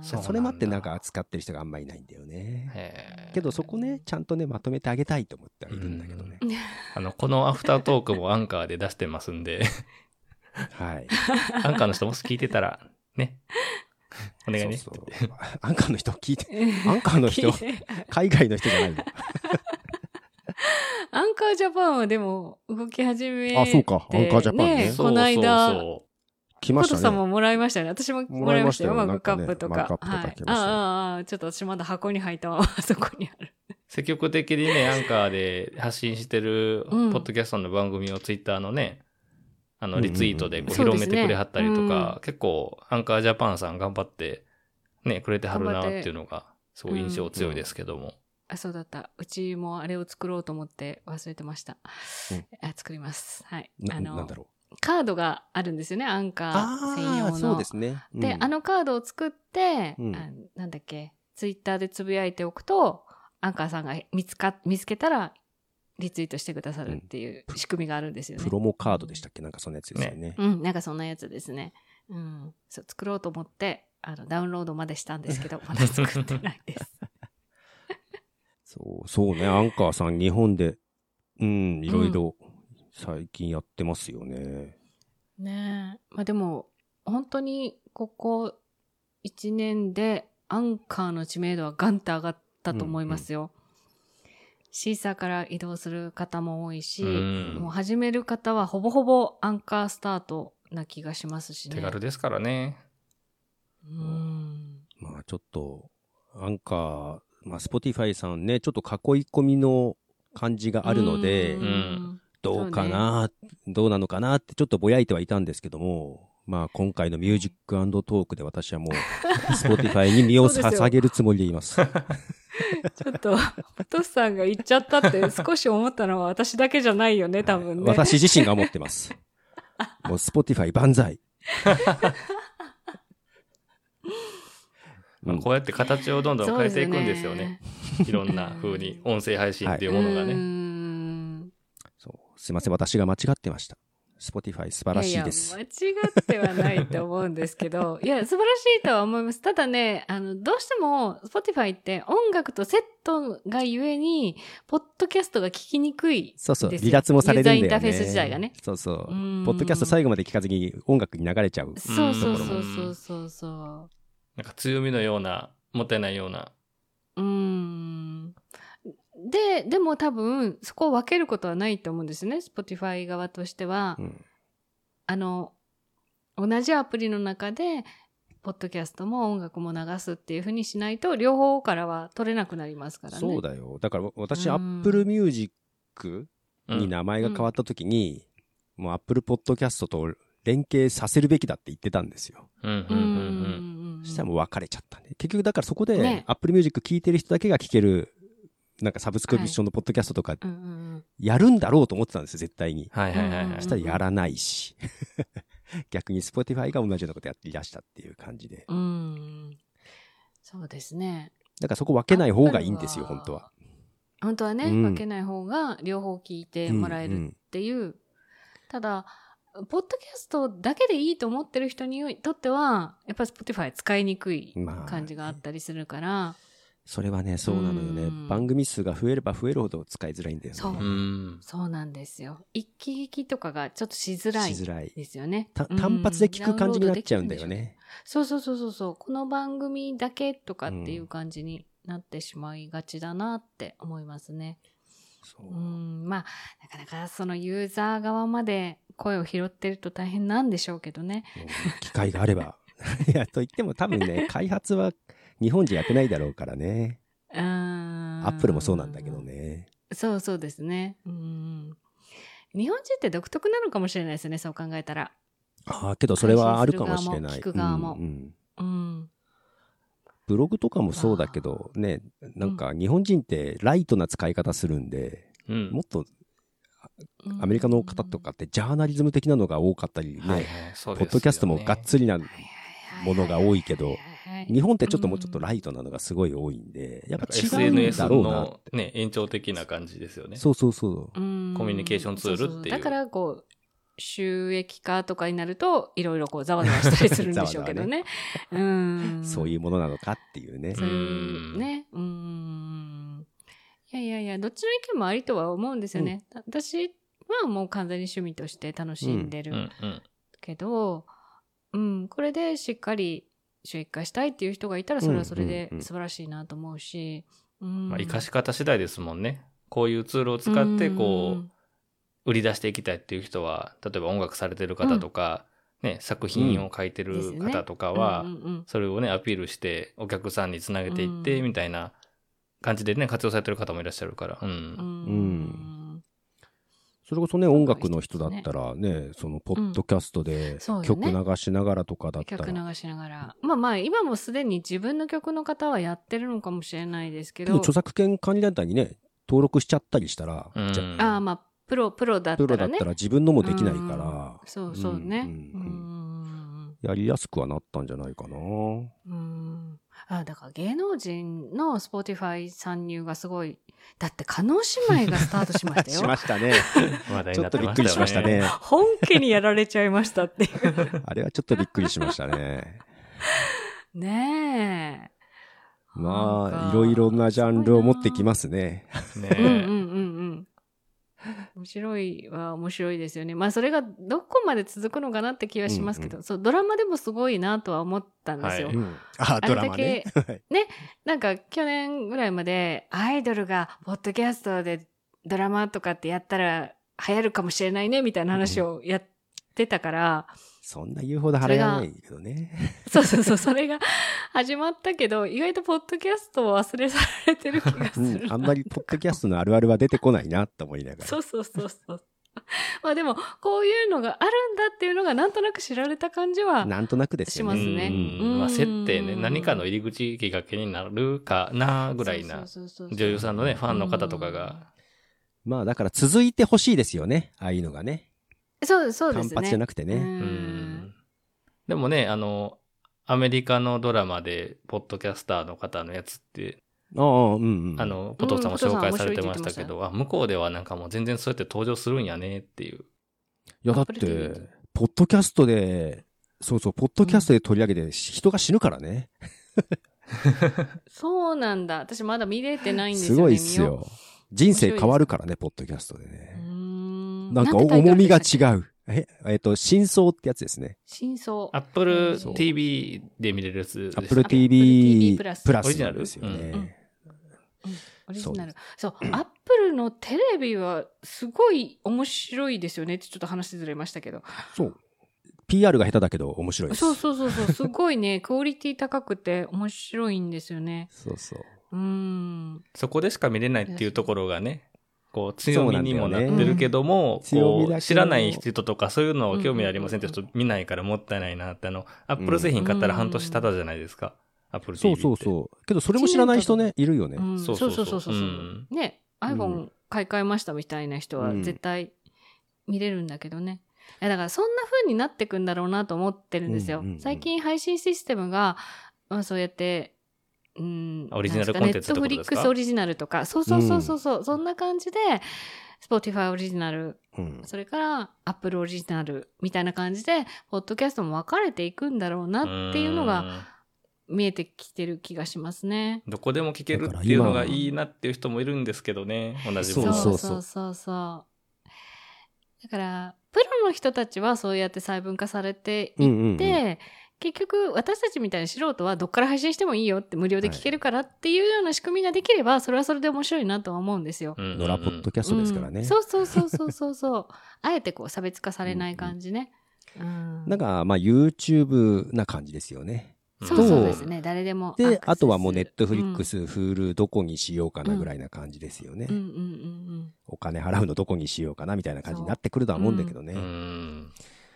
Speaker 2: ー
Speaker 1: そうなんだ
Speaker 3: それもあってなんか扱ってる人があんまりいないんだよね。
Speaker 1: へ
Speaker 3: けどそこね、ちゃんとね、まとめてあげたいと思ってはいるんだけどね。
Speaker 1: ーあの、このアフタートークもアンカーで出してますん で、
Speaker 3: はい。
Speaker 1: アンカーの人もし聞いてたら、ね。お願いね。
Speaker 3: そうそうアンカーの人聞 いて、アンカーの人、海外の人じゃないの。
Speaker 2: アンカージャパンはでも動き始めて、
Speaker 3: あそうかアンカージャパンね
Speaker 2: えこの間、
Speaker 1: そうそ
Speaker 3: 来
Speaker 2: コ
Speaker 3: まし
Speaker 2: トさ
Speaker 3: た
Speaker 2: ん
Speaker 3: ね。
Speaker 2: ももらいましたよね。私ももらいましたよ。
Speaker 3: もら
Speaker 2: マグ
Speaker 3: いました
Speaker 2: カ
Speaker 3: よ
Speaker 2: ップと
Speaker 3: なん
Speaker 2: か。
Speaker 3: かねマグカップとか来ましたね
Speaker 2: ああ、ああちょっと私まだ箱に入ったま まそこにある。
Speaker 1: う積極的にね、アンカーで発信してる、ポ
Speaker 2: うん
Speaker 1: ッドキャストの番組をツイッターのね、あ
Speaker 3: う
Speaker 1: の、
Speaker 3: んうんう
Speaker 1: リ
Speaker 3: ん
Speaker 1: ツイートでこう
Speaker 2: そうで
Speaker 1: 広
Speaker 2: す
Speaker 1: め
Speaker 2: ね
Speaker 1: てくれはったりとか、結構、アンカージャパンさん頑張って、ね、くれてはるなっていうのが、すごい印象強いですけども。
Speaker 2: あ、そうだった。うちもあれを作ろうと思って忘れてました。
Speaker 3: うん
Speaker 2: あ作ります。はい。
Speaker 3: な
Speaker 2: あ
Speaker 3: なん
Speaker 2: の
Speaker 3: だ、ろう。
Speaker 2: カードがあるんですよね。アンカー専用
Speaker 3: ー
Speaker 2: の。
Speaker 3: そうですね。うん
Speaker 2: で、あ、のカードを作って、
Speaker 3: うん
Speaker 2: あなんだっけ、ツイッターでつぶやいておくと、アンカーさんが見つか、見つけたら、リツイートしてくださるっていう仕組みがあるんですよね。
Speaker 3: プロモカードでしたっけなんかそんなやつですよね。
Speaker 2: うん、なんかそんなやつですね。うん。そう、作ろうと思って、あの、ダウンロードまでしたんです けど、まだ作ってないです。
Speaker 3: そう、そうね。アンカーさん、日本で、うん、いろいろ、最近やってますよね。
Speaker 2: ねえ。まあでも、本当に、ここ1年で、アンカーの知名度はガンと上がったと思いますよ。シーサーから移動する方も多いし、
Speaker 1: うん
Speaker 2: もう始める方はほぼほぼアンカースタートな気がしますしね。
Speaker 1: 手軽ですからね。
Speaker 2: うん。
Speaker 3: まあ、ちょっと、アンカーまあ、Spotify さんね、ちょっと囲い込みの感じがあるので、
Speaker 2: うん
Speaker 1: うん
Speaker 3: どうかな、どうなのかなってちょっとぼやいてはいたんですけども、まあ今回のミュージックトークで私はも う、Spotify に身を
Speaker 2: そうですよ
Speaker 3: 捧げるつもりでいます。
Speaker 2: ちょっと、トスさんが言っちゃった って少し思ったのは私だけじゃないよね、多分ね。
Speaker 3: 私自身が思って ます。もう Spotify 万歳。
Speaker 1: まあ
Speaker 3: うん
Speaker 1: こうやって形をどんどん変えていくんですよね。いろんな風に、音声配信っていうものが
Speaker 2: うー
Speaker 1: ね。
Speaker 2: ん
Speaker 3: そうすいません、私が間違ってました。Spotify 素晴らしいです。
Speaker 2: やや間違ってはないと思うんですけど、 いや、素晴らしいとは思います。ただね、あの、どうしても、Spotify って音楽とセットがゆえに、ポッドキャストが聞きにくい。
Speaker 3: そうそう、
Speaker 2: です
Speaker 3: 離脱もされるんだよね。
Speaker 2: ユーザーインターフェース自体がね。
Speaker 3: そうそう。
Speaker 2: うーん
Speaker 3: ポッドキャスト最後まで聞かずに音楽に流れちゃう。
Speaker 2: そうそ
Speaker 1: と
Speaker 2: う
Speaker 1: こ
Speaker 2: そ
Speaker 1: ろ
Speaker 2: う
Speaker 1: も
Speaker 2: そうそうそう。
Speaker 1: なんか強みのような、もったいないような。
Speaker 2: うーん。で、でも多分、そこを分けることはないと思うんですよね。Spotify 側としては。
Speaker 3: うん
Speaker 2: あの、同じアプリの中で、ポッドキャストも音楽も流すっていうふうにしないと、両方からは取れなくなりますからね。
Speaker 3: そうだよ。だから私、
Speaker 2: うん
Speaker 3: Apple Music
Speaker 1: うん
Speaker 3: に名前が変わった時に、もう Apple Podcast と連携させるべきだって言ってたんですよ。
Speaker 1: うんうう
Speaker 2: うんんうんん
Speaker 1: うん。
Speaker 2: うんうん。
Speaker 3: そしたらもう別れちゃったね。結局だからそこで
Speaker 2: ね
Speaker 3: Apple Music 聴いてる人だけが聴ける、なんかサブスクリプションのポッドキャストとか
Speaker 2: うんうんうん
Speaker 3: やるんだろうと思ってたんですよ、絶対に。
Speaker 1: はいはいはいは
Speaker 2: うん
Speaker 1: い
Speaker 3: そし。たらやらないし。 逆に Spotify が同じようなことやっていらしたっていう感じで。
Speaker 2: うん。そうですね。
Speaker 3: だからそこ分けない方がいいんですよ、
Speaker 2: Apple
Speaker 3: 本当は。
Speaker 2: 本当はね、
Speaker 3: うん
Speaker 2: 分けない方が両方聞いてもらえ
Speaker 3: うんう
Speaker 2: るっ
Speaker 3: ん
Speaker 2: ていう。ただ、ポッドキャストだけでいいと思ってる人にとっては、やっぱり Spotify 使いにくい
Speaker 3: まあ
Speaker 2: 感じがあったりするから、
Speaker 3: それはね、そうなのよ
Speaker 2: う
Speaker 3: ね。
Speaker 2: ん
Speaker 3: 番組数が増えれば増えるほど使いづらいんだよね。
Speaker 2: そう
Speaker 1: うん。
Speaker 2: そうなんですよ。一気聞きとかがちょっとしづらい
Speaker 3: しづらい。
Speaker 2: ですよね。
Speaker 3: た
Speaker 2: うん
Speaker 3: 単発で聞く感じになっちゃうんだよ。
Speaker 2: ダウンロードできるでしょ
Speaker 3: ね。
Speaker 2: そうそうそうそうそう。この番組だけとかっていう感じになってしまいがちだなって思いますね。
Speaker 3: そう
Speaker 2: う。ん、まあ、なかなかそのユーザー側まで声を拾ってると大変なんでしょうけどね。
Speaker 3: もう機会があれば。 いや、と言っても多分ね、開発は日本人やってないだろうからね。
Speaker 2: うーん。
Speaker 3: アップルもそうなんだけど。ね。
Speaker 2: そうそうですね。うん。日本人って独特なのかもしれないですね、そう考えたら。
Speaker 3: ああ、けどそれはあるかもしれな
Speaker 2: 配
Speaker 3: い。
Speaker 2: 信する側も聞く側も
Speaker 3: うんうん
Speaker 2: うん。
Speaker 3: ブログとかもそうだけど、ね、なんか日本人ってライトな使い方するんで、
Speaker 1: うん
Speaker 3: もっとアメリカの方とかってジャーナリズム的なのが多かったりね、
Speaker 1: はいはい、そうですよ
Speaker 3: ポ
Speaker 1: ね
Speaker 3: ッドキャストもがっつりなものが多いけど
Speaker 2: はいはいはいはい
Speaker 3: 日本ってちょっともうちょっとライトなのがすごい多いんで、やっ
Speaker 1: なん
Speaker 3: ぱ
Speaker 1: か
Speaker 3: 違うん
Speaker 1: SNS
Speaker 3: だろうな。
Speaker 1: のね、延長的な感じですよね。
Speaker 3: そうそうそ
Speaker 2: う
Speaker 3: う。
Speaker 2: ん
Speaker 1: コミュニケーションツールっていう
Speaker 2: そそだからこう収益化とかになるといろいろこうざわざわしたりするんでしょうけど ね。うん
Speaker 3: そういうものなのかっていうね。
Speaker 2: そういうね。うん。いやいやいや、どっちの意見もありとは思うんですよね。私はもう完全に趣味として楽しんで
Speaker 1: うん
Speaker 2: る
Speaker 1: うん。
Speaker 2: けど、うん、これでしっかり収益化したいっていう人がいたらそれはそれで
Speaker 3: うんうんうん
Speaker 2: 素晴らしいなと思うし、うん。
Speaker 1: まあ、生かし方次第ですもんね。こういうツールを使って、こ
Speaker 2: ん
Speaker 1: う、売り出していきたいっていう人は、例えば音楽されてる方とか、ね、作品を書いてる方とかは
Speaker 2: う、んうんうん
Speaker 1: それをね、アピールして、お客さんにつなげていっ
Speaker 2: う
Speaker 1: て、
Speaker 2: ん
Speaker 1: みたいな感じでね、活用されてる方もいらっしゃるから。う。
Speaker 2: うんん
Speaker 3: それこそね、音楽の人だったらね、そのポッドキャストで
Speaker 2: んそうよね
Speaker 3: 曲流しながらとかだった
Speaker 2: 曲
Speaker 3: ら。
Speaker 2: 流しながらまあまあ今もすでに自分の曲の方はやってるのかもしれないですけ
Speaker 3: で
Speaker 2: ど
Speaker 3: も著作権管理団体にね、登録しちゃったりしたら、
Speaker 1: うん
Speaker 3: じゃ
Speaker 2: ああまあプロプロだ
Speaker 3: あ
Speaker 2: った
Speaker 3: プロだ
Speaker 2: ら
Speaker 3: っ
Speaker 2: ね
Speaker 3: たら自分のもできないから
Speaker 2: うん、そうそうね
Speaker 3: うん
Speaker 2: う
Speaker 3: うんうん
Speaker 2: ん
Speaker 3: やりやすくはなったんじゃないかな。
Speaker 2: うんあだから芸能人の Spotify 参入がすごいだって加納姉妹がスタートしましたよ
Speaker 3: したね。
Speaker 1: 話題
Speaker 3: ち
Speaker 1: に
Speaker 3: ょ
Speaker 1: な
Speaker 3: ってとびっ
Speaker 1: ま
Speaker 3: くりしまし
Speaker 1: した
Speaker 3: た
Speaker 1: よね。
Speaker 3: ね。
Speaker 2: 本家にやられちゃいましたっていう
Speaker 3: あれはちょっとびっくりしまし たね。
Speaker 2: ねえ
Speaker 3: ま
Speaker 2: なん
Speaker 3: あ、い
Speaker 2: か
Speaker 3: ろいろなジャンルを持ってきますね。
Speaker 2: うんうん
Speaker 1: ね
Speaker 2: うんうん。面白いは面白いですよね。まあそれがどこまで続くのかなって気はしますけど、
Speaker 3: う
Speaker 2: そうドラマでもすごいなとは思ったんですよ。
Speaker 1: はい
Speaker 3: うんあ、
Speaker 2: あ
Speaker 3: ド
Speaker 2: れ
Speaker 3: ラ
Speaker 2: だ
Speaker 3: マね
Speaker 2: け。
Speaker 3: はい
Speaker 2: なんか去年ぐらいまでアイドルがポッドキャストでドラマとかってやったら流行るかもしれないねみたいな話をやってたから、
Speaker 3: そんな言うほど払えないけどね。
Speaker 2: そうそうそう、それが始まったけど、意外とポッドキャストを忘れ去られてる気がす
Speaker 3: う
Speaker 2: る
Speaker 3: ん、あんまりポッドキャストのあるあるは出てこないなと思いながら。
Speaker 2: そうそうそうそう。まあでも、こういうのがあるんだっていうのがなんとなく知られた感じ は、
Speaker 3: なんとなくですよ
Speaker 2: ま
Speaker 1: う
Speaker 2: す
Speaker 1: ん
Speaker 3: ね。
Speaker 2: ね
Speaker 1: うんまあ、
Speaker 2: うん
Speaker 1: 接点ね、何かの入り口きっかけになるかなぐらいな、
Speaker 2: そうそうそうそう
Speaker 1: 女優さんのね、ファンの方とかが。
Speaker 3: まあだから続いてほしいですよね。ああいうのがね。
Speaker 2: そうそうで
Speaker 3: 単
Speaker 2: すね。
Speaker 3: 発じゃなくてね。
Speaker 1: う
Speaker 2: うん
Speaker 1: ん。でもね、あの、アメリカのドラマで、ポッドキャスターの方のやつって、
Speaker 3: ああ、うんうん。
Speaker 1: あの、ポトフさんも紹介されてましたけ
Speaker 2: うんポトフさん面白いって言って
Speaker 1: ど、あ、向こうではなんかもう全然そうやって登場するんやねっていう。
Speaker 3: いやだっ
Speaker 2: Apple TV
Speaker 3: て、ポッドキャストで、そうそう、ポッドキャストで取り上げて人が死ぬからね。
Speaker 2: そうなんだ。私まだ見れてないんです
Speaker 3: す
Speaker 2: よ、ね。
Speaker 3: ごいっす
Speaker 2: 見よ
Speaker 3: よ。人生変わるからね、ポッドキャストで
Speaker 2: う。うー
Speaker 3: ね。
Speaker 2: ん
Speaker 3: なんか重みが違。う。え、えっと、真相ってやつですね。
Speaker 2: 真相。
Speaker 1: Apple
Speaker 2: そう
Speaker 1: TV で見れるやつでした
Speaker 3: Apple
Speaker 2: Apple TV
Speaker 3: TV
Speaker 2: プ
Speaker 3: プ
Speaker 2: ラ
Speaker 3: ラ
Speaker 2: ス
Speaker 3: スなんですよ
Speaker 1: オリジナ
Speaker 2: ルうん
Speaker 3: ね。
Speaker 2: うんオリジナルそ
Speaker 3: そ。
Speaker 2: う、アップルのテレビはすごい面白いですよねってちょっと話ずれましたけど。
Speaker 3: そう。PR が下手だけど面白いです。
Speaker 2: そうそうそうそう、すごいね、 クオリティ高くて面白いんですよね。
Speaker 3: そうそう。
Speaker 2: うーん。
Speaker 1: そこでしか見れないっていうところがね、こう強みにもなってるけども、
Speaker 3: そうなんだ
Speaker 1: こ
Speaker 3: よね強みだ
Speaker 1: う
Speaker 3: けど
Speaker 1: 知らない人とかそういうのを興味ありませんって人見ないからもったいないなって、あの、アップル製品買ったら半年経ったじゃないですか。アップル
Speaker 3: そ
Speaker 1: TV っ
Speaker 3: う
Speaker 1: て。
Speaker 3: そうそう。けどそれも知らない人ね、いるよね
Speaker 2: う。ん
Speaker 1: そ
Speaker 2: そうう
Speaker 1: そ
Speaker 2: そう
Speaker 1: そ
Speaker 2: うそううそうそう。
Speaker 1: うん
Speaker 2: ね、
Speaker 3: う
Speaker 2: iPhone 買い替えましたみたいな人は
Speaker 3: うん
Speaker 2: 絶対見れるんだけどね。いやだからそんな風になってくんだろうなと思ってるんですよ。
Speaker 3: うんうんうん
Speaker 2: 最近配信システムが、まあ、そうやって、うん、
Speaker 1: オリジナル
Speaker 2: なん
Speaker 1: コン
Speaker 2: か
Speaker 1: テンツってこと
Speaker 2: ネット
Speaker 1: で
Speaker 2: フリ
Speaker 1: す
Speaker 2: ッ
Speaker 1: か
Speaker 2: クスオリジナルとか、そうそうそうそうそう、そんな感じで、Spotify オリジナル
Speaker 3: うん
Speaker 2: それから、アップルオリジナルみたいな感じで、ポッドキャストも分かれていくんだろうなっていうのが
Speaker 1: ん
Speaker 2: 見えてきてる気がしますね。
Speaker 1: どこでも聞けるっていうのがいいなっていう人もいるんですけどね、同じ
Speaker 3: そ
Speaker 1: も
Speaker 3: う
Speaker 1: の
Speaker 3: そう
Speaker 2: そうそうそうだから、プロの人たちはそうやって細分化されて
Speaker 3: う
Speaker 2: いっ
Speaker 3: んうんうん。
Speaker 2: て、結局私たちみたいな素人はどっから配信してもいいよって無料で聞けるからっていうような仕組みができれば、それはそれで面白いなとは思うんですよ。
Speaker 1: うんうんうん
Speaker 3: 野良ポッドキャストですから
Speaker 2: う
Speaker 3: ね
Speaker 2: ん。そうそうそうそうそうそう。あえてこう差別化されない感じね。うん
Speaker 3: なんか、まあ YouTube な感じですよね。
Speaker 2: そう
Speaker 3: と
Speaker 2: そうですね。誰でもアクセスする。
Speaker 3: で、あとはもうネットフリック
Speaker 2: ス。
Speaker 3: ス、Hulu どこにしようかなぐらいな感じですよね
Speaker 2: うん。うんうんうん。
Speaker 3: お金払うのどこにしようかなみたいな感じになってくるとは思うんだけど
Speaker 1: う
Speaker 3: ね。
Speaker 1: ん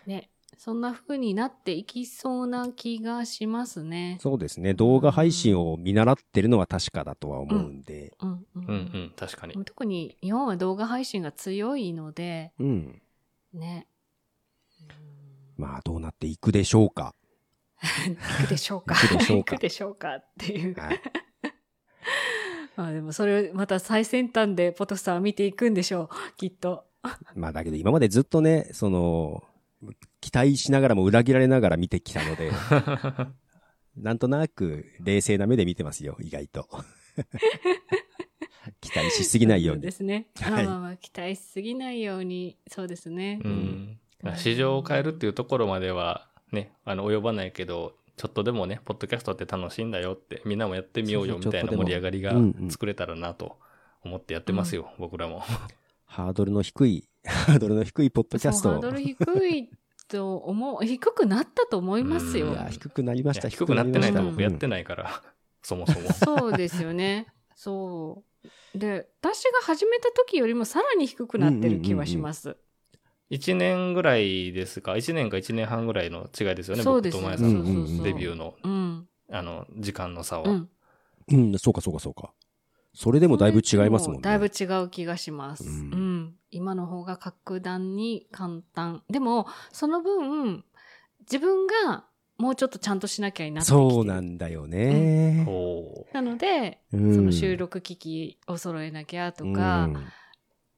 Speaker 2: ね。そんな風になっていきそうな気がしますね。
Speaker 3: そうですね。動画配信を見習ってるのは確かだとは思うんで。
Speaker 2: うんうん。
Speaker 1: うんうん、確かに。
Speaker 2: 特に日本は動画配信が強いので、
Speaker 3: うん。
Speaker 2: ね。
Speaker 3: まあ、どうなっていくでしょうか。
Speaker 2: いくでしょうか。
Speaker 3: いくでしょうか
Speaker 2: いくでしょうかっていう。
Speaker 3: はい。
Speaker 2: まあでもそれをまた最先端でポトフさんは見ていくんでしょう。きっと。
Speaker 3: まあ、だけど今までずっとね、その、期待しながらも裏切られながら見てきたので、なんとなく冷静な目で見てますよ、意外と。期待しすぎないよう
Speaker 2: そうで
Speaker 3: に。
Speaker 2: すね。
Speaker 3: は
Speaker 2: はいい、まあまあ期待しすぎないように、そうですね。
Speaker 1: うん、市場を変えるっていうところまではねあの及ばないけどちょっとでもねポッドキャストって楽しいんだよってみんなもやってみようよ
Speaker 3: そう
Speaker 1: み
Speaker 3: そう
Speaker 1: たい
Speaker 3: ちょっ
Speaker 1: な
Speaker 3: とで
Speaker 1: 盛
Speaker 3: も
Speaker 1: り上がりが
Speaker 3: うんうん
Speaker 1: 作れたらなと思ってやってますよ、僕らも
Speaker 3: ハードルの低い、ハードルの低いポッドキャス
Speaker 2: そうハ
Speaker 3: ト
Speaker 2: ー
Speaker 3: を。
Speaker 2: ドル低いと思う 低くなったと思います
Speaker 1: ド
Speaker 2: よ
Speaker 1: ル
Speaker 3: いや、低くなりま
Speaker 1: い
Speaker 3: した。
Speaker 1: や低くなってないと
Speaker 2: うん
Speaker 1: 僕やって
Speaker 3: な
Speaker 1: な
Speaker 3: い。
Speaker 1: いから、そもそ も
Speaker 2: そうですよねそうで私が始めた時よりもさらに低くなってる気はします、
Speaker 1: 1年ぐらいですか1年か1年半ぐらいの違いですよね
Speaker 2: そう
Speaker 1: 僕
Speaker 2: です
Speaker 1: と
Speaker 2: よ
Speaker 1: 前
Speaker 2: ね
Speaker 1: さ
Speaker 2: そうんそうそう
Speaker 3: うん
Speaker 1: デビューの
Speaker 2: うん
Speaker 1: あの時間の差は、
Speaker 2: うん
Speaker 3: うんうん、そうかそうかそうか。それでもだいぶ違いますもんね。
Speaker 2: だいぶ違う気がします、
Speaker 3: う
Speaker 2: うんん今の方が格段に簡単でもその分自分がもうちょっとちゃんとしなきゃいなってきてる
Speaker 3: そうなんだよね。
Speaker 1: おー
Speaker 2: なので
Speaker 3: うん
Speaker 2: その収録機器を揃えなきゃとか、
Speaker 3: うん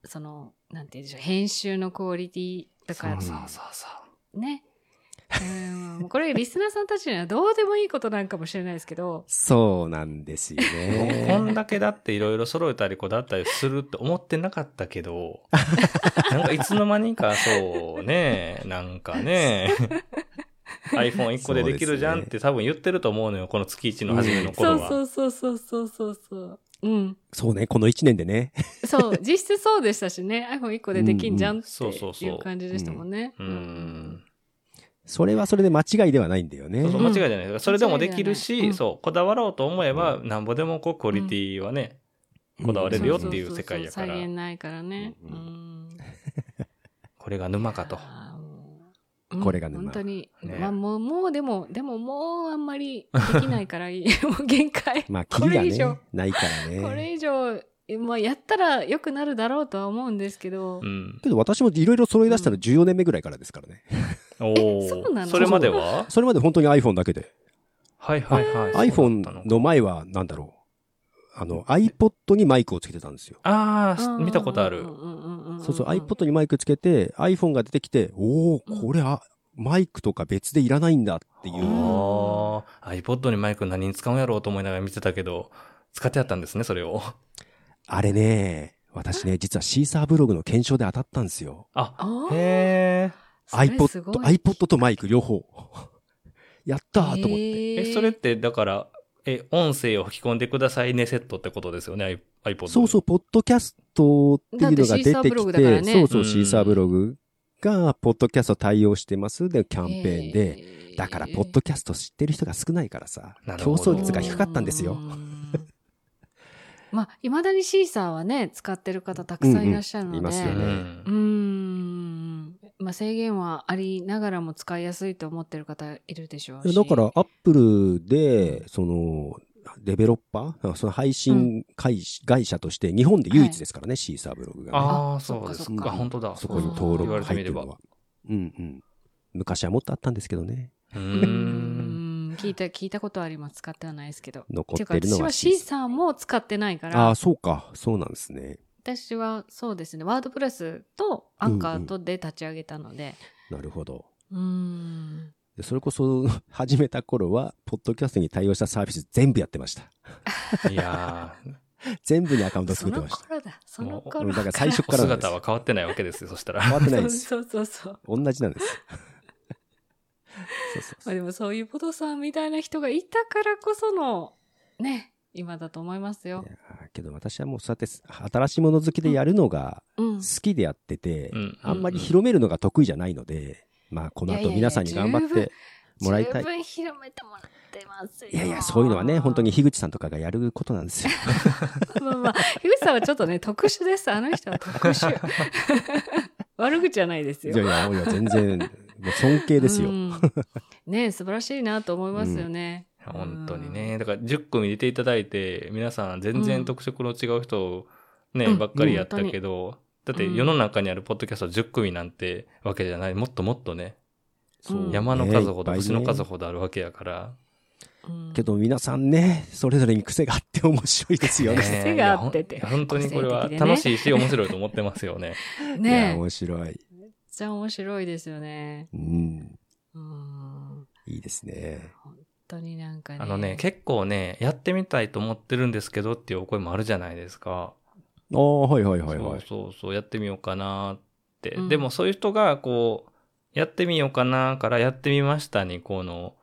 Speaker 2: その、なんて言うんでしょう、編集のクオリティと
Speaker 1: そう
Speaker 2: か
Speaker 1: そうそうそう
Speaker 2: ね。うん、もうこれリスナーさんたちにはどうでもいいことなんかもしれないですけ ど、
Speaker 3: そうなんですよ
Speaker 1: こ
Speaker 3: ね。
Speaker 1: んだけだっていろいろ揃えたりこだわったりするって思ってなかったけど、 なんかいつの間にかそうね、なんか ね、iPhone1 個でできるじゃんって多分言ってると思うのよ、この月1の初めの
Speaker 2: そ
Speaker 1: 頃
Speaker 2: う
Speaker 1: は。
Speaker 2: そうそうそうそうそうそう。うん。
Speaker 3: そうね、この1年でね。
Speaker 2: そう、実質そうでしたしね、iPhone1 個でできんじゃんって
Speaker 1: うんうんそうそうそう
Speaker 2: いう感じでしたもんね。
Speaker 1: うん。
Speaker 3: それはそれで間違いではないんだよね。
Speaker 1: そうそう、
Speaker 2: うん
Speaker 1: 間違いじゃないですそれでもできる
Speaker 2: 間違いじゃない
Speaker 1: し、
Speaker 2: うん
Speaker 1: そう、こだわろうと思えば、なんぼでもこう、クオリティはね、こだわれるよっていう世界やから
Speaker 2: そうそうそう再現ないからね。
Speaker 3: うんう
Speaker 2: うん
Speaker 1: これが沼かと。
Speaker 2: あーもううん
Speaker 3: これが沼
Speaker 2: 本当に、
Speaker 1: ね
Speaker 2: まあもうもうでもでももうあんまりできないからいい もう限界、
Speaker 3: まあ、キ
Speaker 2: こ
Speaker 3: リ
Speaker 2: れ
Speaker 3: が
Speaker 2: 以上
Speaker 3: ね、ないから
Speaker 2: これ
Speaker 3: ね。
Speaker 2: 以上、まあ、やったら良くなるだろうとは思うんですけど、
Speaker 1: うん。
Speaker 3: けど私もいろいろ揃い出したの14年目ぐらいからですからね。
Speaker 1: お
Speaker 2: えそうな
Speaker 1: ー
Speaker 2: の
Speaker 1: それまでは
Speaker 3: それまで本当に iPhone だけで。
Speaker 1: はいはいはい。そうだった
Speaker 3: iPhone の前はなんだろう。あの、iPod にマイクをつけてたんですよ。
Speaker 1: あ
Speaker 2: うん
Speaker 1: あ、見たことある。
Speaker 2: うんうんうんんんん
Speaker 3: そうそう、iPod にマイクつけて、iPhone が出てきて、おおこれあ、マイクとか別でいらないんだっていう。
Speaker 1: ああ、iPod にマイク何に使うんやろうと思いながら見てたけど、使ってやったんですね、それを。
Speaker 3: あれね、私ね、実はシーサーブログの検証で当たったんですよ。
Speaker 1: あ、
Speaker 2: あ
Speaker 1: へ
Speaker 2: ー
Speaker 1: え。
Speaker 2: それす
Speaker 3: iPod
Speaker 2: ごい
Speaker 3: と、iPod とマイク両方。やったーと思って。
Speaker 2: へー
Speaker 1: え、それって、だから、え、音声を吹き込んでくださいねセットってことですよね、アイ iPod。
Speaker 3: そうそう、ポッドキャストっていうのが出
Speaker 2: だってシーサー
Speaker 3: て
Speaker 2: ブロ
Speaker 3: き
Speaker 2: グだから
Speaker 3: て、
Speaker 2: ね
Speaker 3: そうそうう、
Speaker 1: ん
Speaker 3: シーサーブログが、ポッドキャスト対応してますで、キャンペーンで。
Speaker 2: へー
Speaker 3: だから、ポッドキャスト知ってる人が少ないからさ
Speaker 1: な、る
Speaker 3: 競
Speaker 1: ほど
Speaker 3: 争率が低かったんですよ
Speaker 2: う。ん。まあ、いまだにシーサーはね、使ってる方たくさんいらっしゃるので。
Speaker 3: うんうんいますよ
Speaker 1: う
Speaker 3: ね
Speaker 1: ん
Speaker 2: うーん。まあ、制限はありながらも使いやすいと思ってる方いるでしょうし。
Speaker 3: だから、アップルで、その、デベロッパーその配信会社会社として、日本で唯一ですからね、シーサーブログがね。
Speaker 1: ああ、
Speaker 2: あそっ
Speaker 1: そう
Speaker 2: か
Speaker 1: です
Speaker 2: そっ
Speaker 1: か。
Speaker 2: か
Speaker 1: あ本当だ。
Speaker 3: そこに登
Speaker 1: 言わ
Speaker 3: 録
Speaker 1: れて
Speaker 3: 入っ
Speaker 1: み
Speaker 3: て
Speaker 1: れ
Speaker 3: る
Speaker 1: ば。
Speaker 3: の
Speaker 1: う
Speaker 3: は。うんうん。昔はもっとあったんですけどね。
Speaker 1: ー
Speaker 2: うー
Speaker 1: ん。
Speaker 2: ん。聞いた、聞いたことはあります。使ってはないですけ ど。
Speaker 3: 残
Speaker 2: ていう
Speaker 3: っ
Speaker 2: か
Speaker 3: てるの
Speaker 2: 私
Speaker 3: は
Speaker 2: はシーサーも使ってないか
Speaker 3: ああ
Speaker 2: ら
Speaker 3: ー、、そうか。そうなんですね。
Speaker 2: 私はそうですね、ワードプレスとアンカーとで立ち上げたので、
Speaker 3: なるほど。
Speaker 2: うーん、
Speaker 3: でそれこそ 始めた頃は、ポッドキャストに対応したサービス全部やってました。
Speaker 1: いや ー、
Speaker 3: 全部にアカウント
Speaker 2: そ
Speaker 3: 作って
Speaker 2: の
Speaker 3: ました。
Speaker 2: 頃だ、その
Speaker 1: も
Speaker 3: うん
Speaker 2: 頃
Speaker 3: だから最初
Speaker 1: お
Speaker 3: からなんです
Speaker 1: 姿は変わってないわけですよ、そしたら。
Speaker 3: 変わってな
Speaker 2: そう
Speaker 3: いで す。
Speaker 2: そうそうそう。
Speaker 3: 同じなん です。
Speaker 2: ま
Speaker 3: そうそうそ
Speaker 2: あ
Speaker 3: う
Speaker 2: でもそういうポトさんみたいな人がいたからこその、ね、今だと思いますよ
Speaker 3: い。やーけど私はもうそうやって新しいもの好きでやるのが
Speaker 2: うん。
Speaker 3: 好きでやってて、
Speaker 1: うん
Speaker 3: あんまり広めるのが得意じゃないので、まあこの
Speaker 2: いやい
Speaker 3: 後
Speaker 2: やいや
Speaker 3: 皆さんに頑張ってもらいたい
Speaker 2: 十。分広めてもらってますよ。
Speaker 3: いやいや、そういうのはね、本当に。樋口さんとかがやることなんで すよ。
Speaker 2: まあまあ、樋口さんはちょっとね、特殊です。あの人は特 殊。悪口じゃないです
Speaker 3: い
Speaker 2: よ。
Speaker 3: やいや、いや全然、もう尊敬ですよ
Speaker 2: う。んね素晴らしいなと思いますよね。
Speaker 1: 本当にね。だから10組出ていただいて、皆さん全然特色の違う人ね、
Speaker 2: うん
Speaker 1: ばっかりやったけど、だって
Speaker 2: うん
Speaker 1: 世の中にあるポッドキャスト10組なんてわけじゃない。もっともっとね、
Speaker 2: うん
Speaker 1: 山の数ほど、
Speaker 3: ねいっぱい
Speaker 1: 星
Speaker 3: ね
Speaker 1: の数ほどあるわけやから。
Speaker 2: うん。
Speaker 3: けど皆さんね、それぞれに癖があって面白いですよね。
Speaker 2: 癖があってて
Speaker 1: いやほん本当にこれ
Speaker 2: 個
Speaker 1: は
Speaker 2: 性的でね
Speaker 1: 楽しいし面白いと思ってます よね。
Speaker 3: いや
Speaker 2: ねえ、めっ
Speaker 3: 面白い。
Speaker 2: ちゃ面白いですよね。
Speaker 3: うん。
Speaker 2: うん。本
Speaker 3: いいですね。
Speaker 2: 当になんかね。
Speaker 1: あのね、結構ね、やってみたいと思ってるんですけどっていうお声もあるじゃないですか。
Speaker 3: ああ、はいはいはいは
Speaker 1: そう
Speaker 3: い。
Speaker 1: そうそう、やってみようかなって。
Speaker 2: うん
Speaker 1: でもそういう人が、こう、やってみようかなからやってみましたに、この、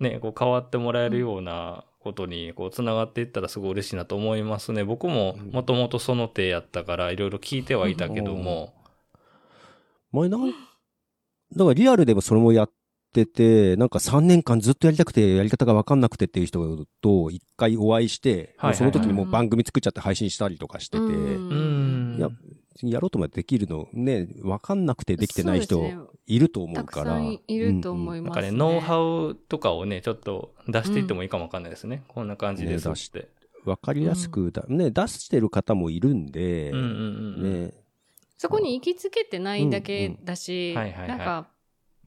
Speaker 1: ね、こう変わってもらえるようなことに、こう、つながっていったらすごい嬉しいなと思いますね。僕も
Speaker 3: うん
Speaker 1: もともとその手やったから、いろいろ聞いてはいたけども、
Speaker 3: 前なん、だからリアルでもそれもやってて、なんか3年間ずっとやりたくて、やり方がわかんなくてっていう人と一回お会いし
Speaker 1: は
Speaker 3: て、
Speaker 1: いはいはい
Speaker 3: その時にもう番組作っちゃって配信したりとかしてて、
Speaker 1: う
Speaker 2: うん
Speaker 1: ん。
Speaker 3: いややろうともできるの、ね、わかんなくてできてない
Speaker 2: そう
Speaker 3: 人
Speaker 2: ですね
Speaker 3: いると思
Speaker 2: た
Speaker 3: う
Speaker 2: く
Speaker 3: か
Speaker 2: さ
Speaker 3: ら。
Speaker 2: んいると思い
Speaker 3: ま
Speaker 1: なん
Speaker 2: ま
Speaker 1: か
Speaker 2: すね。
Speaker 1: ね、ノウハウとかをね、ちょっと出していってもいいかもわかんないですね。こんな感じです
Speaker 3: ね
Speaker 1: っ。
Speaker 3: 出してす。わかりやすくだ、ね、出してる方もいるんで、
Speaker 1: うんうんうんうん。
Speaker 3: ね、
Speaker 2: そこに行きつけてないだけだし、
Speaker 1: うんうんはいはいはい
Speaker 2: なんか、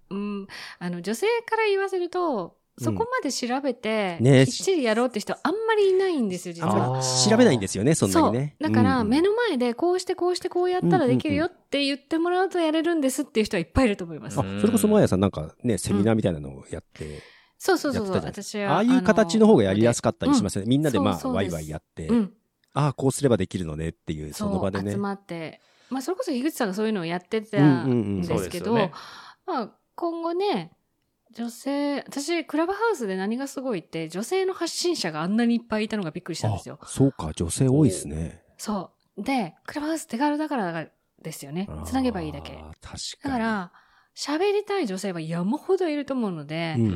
Speaker 2: うん、あの、女性から言わせると、そこまで調べて、
Speaker 3: うんね
Speaker 2: きっちりやろうって人あんまりいないんですよ、実
Speaker 3: あん
Speaker 2: は。
Speaker 3: まり調べないんですよね、そんなにね。
Speaker 2: そうだから、
Speaker 3: うん
Speaker 2: 目の前でこうしてこうしてこうやったらできるよって言ってもらうとやれるんですっていう人はいっぱいいると思います。
Speaker 1: う
Speaker 3: あ
Speaker 1: ん、
Speaker 3: それこそ、まやさんなんかね、セミナーみたいなのをやって、
Speaker 2: そうそうそうそう。
Speaker 3: やってた
Speaker 2: 私は。
Speaker 3: ああいう形の方がやりやす
Speaker 2: か
Speaker 3: かったりしますよね。みんなでまあ、
Speaker 2: そうそう
Speaker 3: ワ
Speaker 2: で
Speaker 3: イ
Speaker 2: す
Speaker 3: ワイやって、
Speaker 2: うん。
Speaker 3: ああ、こうすればできるのねっていう、その場で
Speaker 2: そう
Speaker 3: ね
Speaker 2: 集。まって。まあ、それこそ樋口さんがそういうのをやってた
Speaker 3: うんうん
Speaker 2: ん
Speaker 3: うん
Speaker 2: ですけど、
Speaker 1: そうですよね
Speaker 2: まあ、今後ね、女性、私、クラブハウスで何がすごいって、女性の発信者があんなにいっぱいいたのがびっくりしたんですよ。
Speaker 3: あそうか、女性多いですね。
Speaker 2: そう。で、クラブハウス手軽だからですよね
Speaker 3: あ。ー
Speaker 2: つなげばいいだけ。
Speaker 3: 確かに。
Speaker 2: だか、ら、喋りたい女性は山ほどいると思うので、
Speaker 3: うん
Speaker 1: う
Speaker 3: うん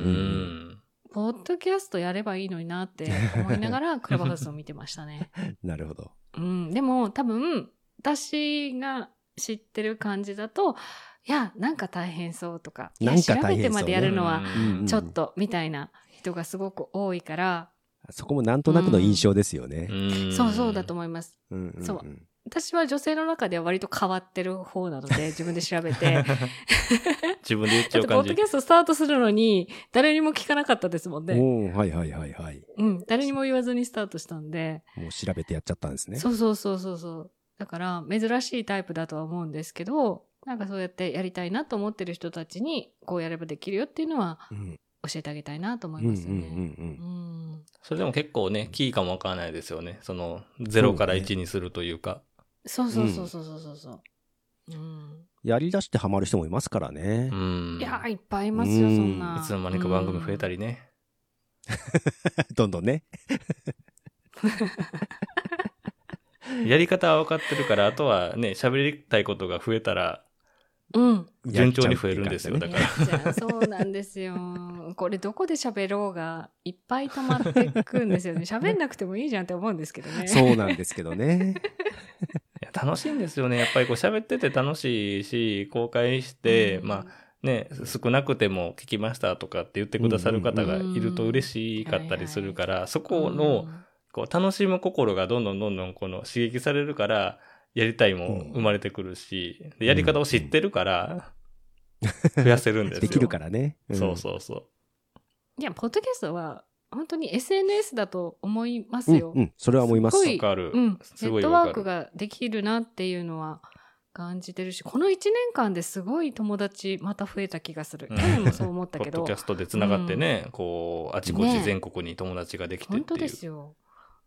Speaker 1: ん。
Speaker 2: ポッドキャストやればいいのになって思いなが らクラブハウスを見てましたね。
Speaker 3: なるほど。
Speaker 2: うん、でも多分私が知ってる感じだと、いや、なんか大変そうとか、いや
Speaker 3: なんか
Speaker 2: 調
Speaker 3: 大変そうね
Speaker 2: べてまでやるのは
Speaker 1: うん
Speaker 2: ちょっとみたいな人がすごく多いから、
Speaker 3: そこもなんとなくの印象ですよね。
Speaker 2: そうそうだと思います。
Speaker 3: うんうんん
Speaker 2: そう私は女性の中では割と変わってる方なの で、自分で調べて。
Speaker 1: 自分で言っち
Speaker 2: だ
Speaker 1: ゃう
Speaker 2: って、ポ
Speaker 1: 感
Speaker 2: ッド
Speaker 1: じ
Speaker 2: キ。ャストスタートするのに、誰にも聞かなかったですもんね。
Speaker 3: おーはいはいはいはい。
Speaker 2: うん、誰にも言わずにスタートしたんで。
Speaker 3: もう調べてやっちゃったんですね。
Speaker 2: そうそうそうそうそう。だから、珍しいタイプだとは思うんですけど、なんかそうやってやりたいなと思ってる人たちに、こうやればできるよっていうのは
Speaker 3: うん
Speaker 2: 教えてあげたいなと思
Speaker 3: う
Speaker 2: い
Speaker 3: んうんう
Speaker 2: ま
Speaker 3: ん
Speaker 2: すよね。
Speaker 3: う
Speaker 2: うんん。
Speaker 1: それでも結構ね、キーかもわからないですよね。その、0から1にするというか。
Speaker 2: そうそうそうそうそうそう。うん。
Speaker 3: やりだしてハマる人もいますからね
Speaker 1: う。ん。
Speaker 2: いやー、
Speaker 1: い
Speaker 2: いっぱいいますよ、そん
Speaker 3: う
Speaker 2: な。
Speaker 1: つの間にか番組増えた
Speaker 2: り。
Speaker 1: りね。
Speaker 3: どんどんね。
Speaker 1: やり方は分かってるから、あとはね、喋りたいことが増えたら、
Speaker 2: うん。
Speaker 1: 順調に増えるんですよ
Speaker 3: やっちゃうっていう感じね
Speaker 1: だ
Speaker 2: いやじゃあそうなんですよ。これどこで喋ろうがいっぱい溜まってくんですよね。喋んなくてもいいじゃんって思うんですけどね。
Speaker 3: そうなんですけどね。
Speaker 1: いや楽しいんですよね。やっぱりこう喋ってて楽しいし、公開して、まあね、少なくても聞きましたとかって言ってくださる方がいると嬉しかったりするから、そ
Speaker 2: あ
Speaker 1: この、こう楽しむ心がどんどんどんどんこの刺激されるから、やりたいも生まれてくるし、でやり方を知ってるから、増やせるんですよ。
Speaker 3: できるからね。ん
Speaker 1: そうそうそう。
Speaker 2: いや、ポッドキャストは本当に SNS だと思います
Speaker 3: うん
Speaker 2: よ。
Speaker 3: うん、それは思いますす
Speaker 2: ご。い
Speaker 1: わかる。
Speaker 2: うん。ネ
Speaker 1: すご
Speaker 2: ッ
Speaker 1: い
Speaker 2: トワ
Speaker 1: わ
Speaker 2: ー
Speaker 1: か
Speaker 2: ク
Speaker 1: る。
Speaker 2: ができるなっていうのは感じてるし、この1年間ですごい友達また増えた気がする。
Speaker 1: う
Speaker 2: 去
Speaker 1: ん
Speaker 2: 年もそう思っ た
Speaker 1: ポ
Speaker 2: け
Speaker 1: ッド
Speaker 2: ど
Speaker 1: キャ、ストでつながってね、こう、あちこち全国に友達ができてっていう。
Speaker 2: 本当ですよ。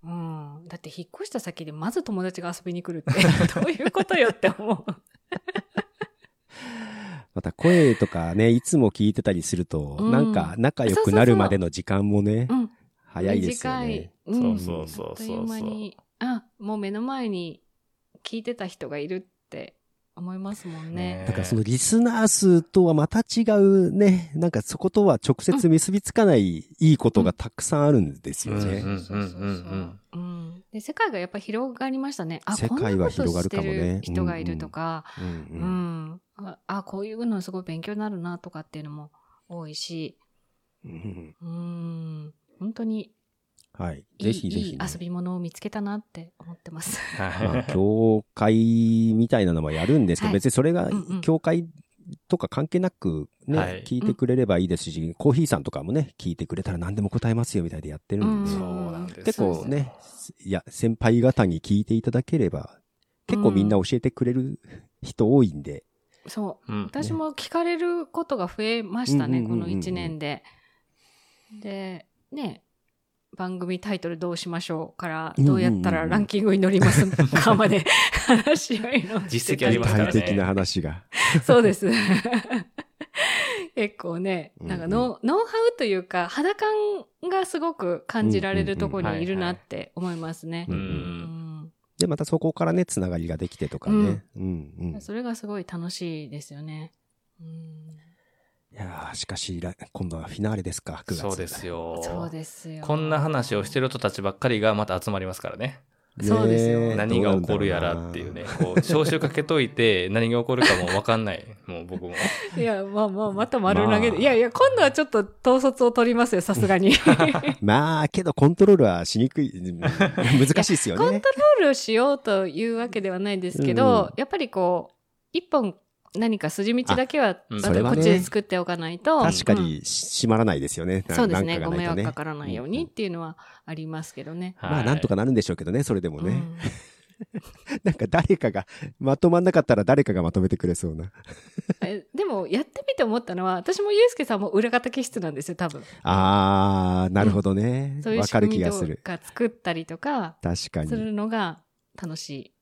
Speaker 2: うん、だって引っ越した先でまず友達が遊びに来るって どういうことよって思 う。
Speaker 3: また声とかね、いつも聞いてたりすると、
Speaker 2: うん
Speaker 3: なんか仲良くなるまでの時間もね
Speaker 2: う、ん、
Speaker 3: 早いですよね。
Speaker 2: 短い、
Speaker 1: そ
Speaker 2: うん、
Speaker 1: うそうそうそう
Speaker 2: あっという
Speaker 1: そ
Speaker 2: 間
Speaker 1: う。
Speaker 2: にあもう目の前に聞いてた人がいるって思いますもんね
Speaker 1: ね
Speaker 3: だからそのリスナー数とはまた違うね、なんかそことは直接結びつかないいいことがたくさんあるんですよ
Speaker 1: う
Speaker 3: ね
Speaker 1: ん。
Speaker 2: そうそうそうそう
Speaker 1: うん
Speaker 2: うんで世界がやっぱ広がりましたねあ
Speaker 3: 世
Speaker 2: こんな
Speaker 3: 界は
Speaker 2: こと
Speaker 3: 広が
Speaker 2: し
Speaker 3: る
Speaker 2: て
Speaker 3: かもね
Speaker 2: る人がいるとか、
Speaker 3: うん
Speaker 2: う
Speaker 3: うん
Speaker 2: んああこういうのすごい勉強になるなとかっていうのも多いし
Speaker 3: うん
Speaker 2: うん本当に
Speaker 3: はい。
Speaker 2: い
Speaker 3: ぜ
Speaker 2: い
Speaker 3: ひぜ
Speaker 2: い
Speaker 3: ひ
Speaker 2: い
Speaker 3: ね。
Speaker 2: 遊び物を見つけたなって思ってます。
Speaker 3: まあ
Speaker 1: は
Speaker 3: 教会みたいなのもやるんですけど、
Speaker 2: はい
Speaker 3: 別にそれが
Speaker 2: うんうん
Speaker 3: 教会とか関係なくね、
Speaker 1: はい
Speaker 3: 聞いてくれればいいですし、コーヒーさんとかもね、聞いてくれたら何でも答えますよみたいでやってるんで、
Speaker 1: い。
Speaker 2: うん
Speaker 1: そうなんですよ
Speaker 3: 結構ね、いや、先輩方に聞いていただければ、結構みんな教えてくれる人多いんで、
Speaker 2: そう
Speaker 1: うん。
Speaker 2: 私も聞かれることが増えました
Speaker 3: う
Speaker 2: ね、
Speaker 3: んうんう
Speaker 2: こ
Speaker 3: んうん
Speaker 2: の1年で。で、ね、番組タイトルどうしましょうから、
Speaker 3: うんうん
Speaker 2: ど
Speaker 3: うん
Speaker 2: うやったらランキングに乗りますかまで 話し合いの。
Speaker 1: 実績あり
Speaker 3: 具
Speaker 1: ますから
Speaker 3: 体
Speaker 1: ね
Speaker 3: 的な話が。
Speaker 2: そうです。 結構ね、なんか
Speaker 3: うん
Speaker 2: ノウノウハウというか、肌感がすごく感じられるところにいるなって思いますね
Speaker 1: う。。
Speaker 3: うん
Speaker 2: うん
Speaker 3: で、またそこからね、つながりができてとかね。うん、うん、
Speaker 2: それがすごい楽しいですよね。うん
Speaker 3: いやーしかし、来今度はフィナーレですか、9月。
Speaker 1: そうですよ。
Speaker 2: そうですよ。
Speaker 1: こんな話をしてる人たちばっかりがまた集まりますからね。
Speaker 3: ね
Speaker 2: そうですよ
Speaker 1: 何が起こるやらっていうね。。こう、招集かけといて 何が起こるかもわかんない。もう僕も。
Speaker 2: いや、まあまあ、また丸投げで。
Speaker 3: まあ
Speaker 2: いやいや、今度はちょっと統率を取りますよ、さすが に。コントロ
Speaker 3: まあ、けどコントロールはしに くい、うん難しいですよね。
Speaker 2: ールをしようというわけではないですけ
Speaker 3: うんう
Speaker 2: ど、
Speaker 3: ん
Speaker 2: やっぱりこう、一本何か筋道だけは、
Speaker 1: うん
Speaker 2: ま
Speaker 1: それ
Speaker 2: た
Speaker 3: は
Speaker 2: こ
Speaker 3: ね
Speaker 2: っちで作っておかないと。
Speaker 3: 確か
Speaker 2: うん
Speaker 3: にし締まらないですよね。な
Speaker 2: そうですね
Speaker 3: な
Speaker 2: ご
Speaker 3: んがない
Speaker 2: 迷
Speaker 3: と
Speaker 2: 惑
Speaker 3: ね
Speaker 2: かからないようにっていうのはありますけどね。
Speaker 3: まあ、なんと
Speaker 1: か。
Speaker 3: かなるんでしょうけどね、それでも
Speaker 2: う
Speaker 3: ね。
Speaker 2: ん
Speaker 3: なんか誰かが、まとまんなかったら誰かがまとめてくれそうな。
Speaker 2: えでも、やってみて思ったのは、私もユうスケさんも裏方気質なんですよ、多分。
Speaker 3: あー、なるほどね。
Speaker 2: そういう
Speaker 3: わ
Speaker 2: 仕
Speaker 3: かる
Speaker 2: 組み
Speaker 3: 気が
Speaker 2: と
Speaker 3: する。
Speaker 2: か作ったりとか、
Speaker 3: 確か
Speaker 2: す
Speaker 3: に。
Speaker 2: るのが楽しい。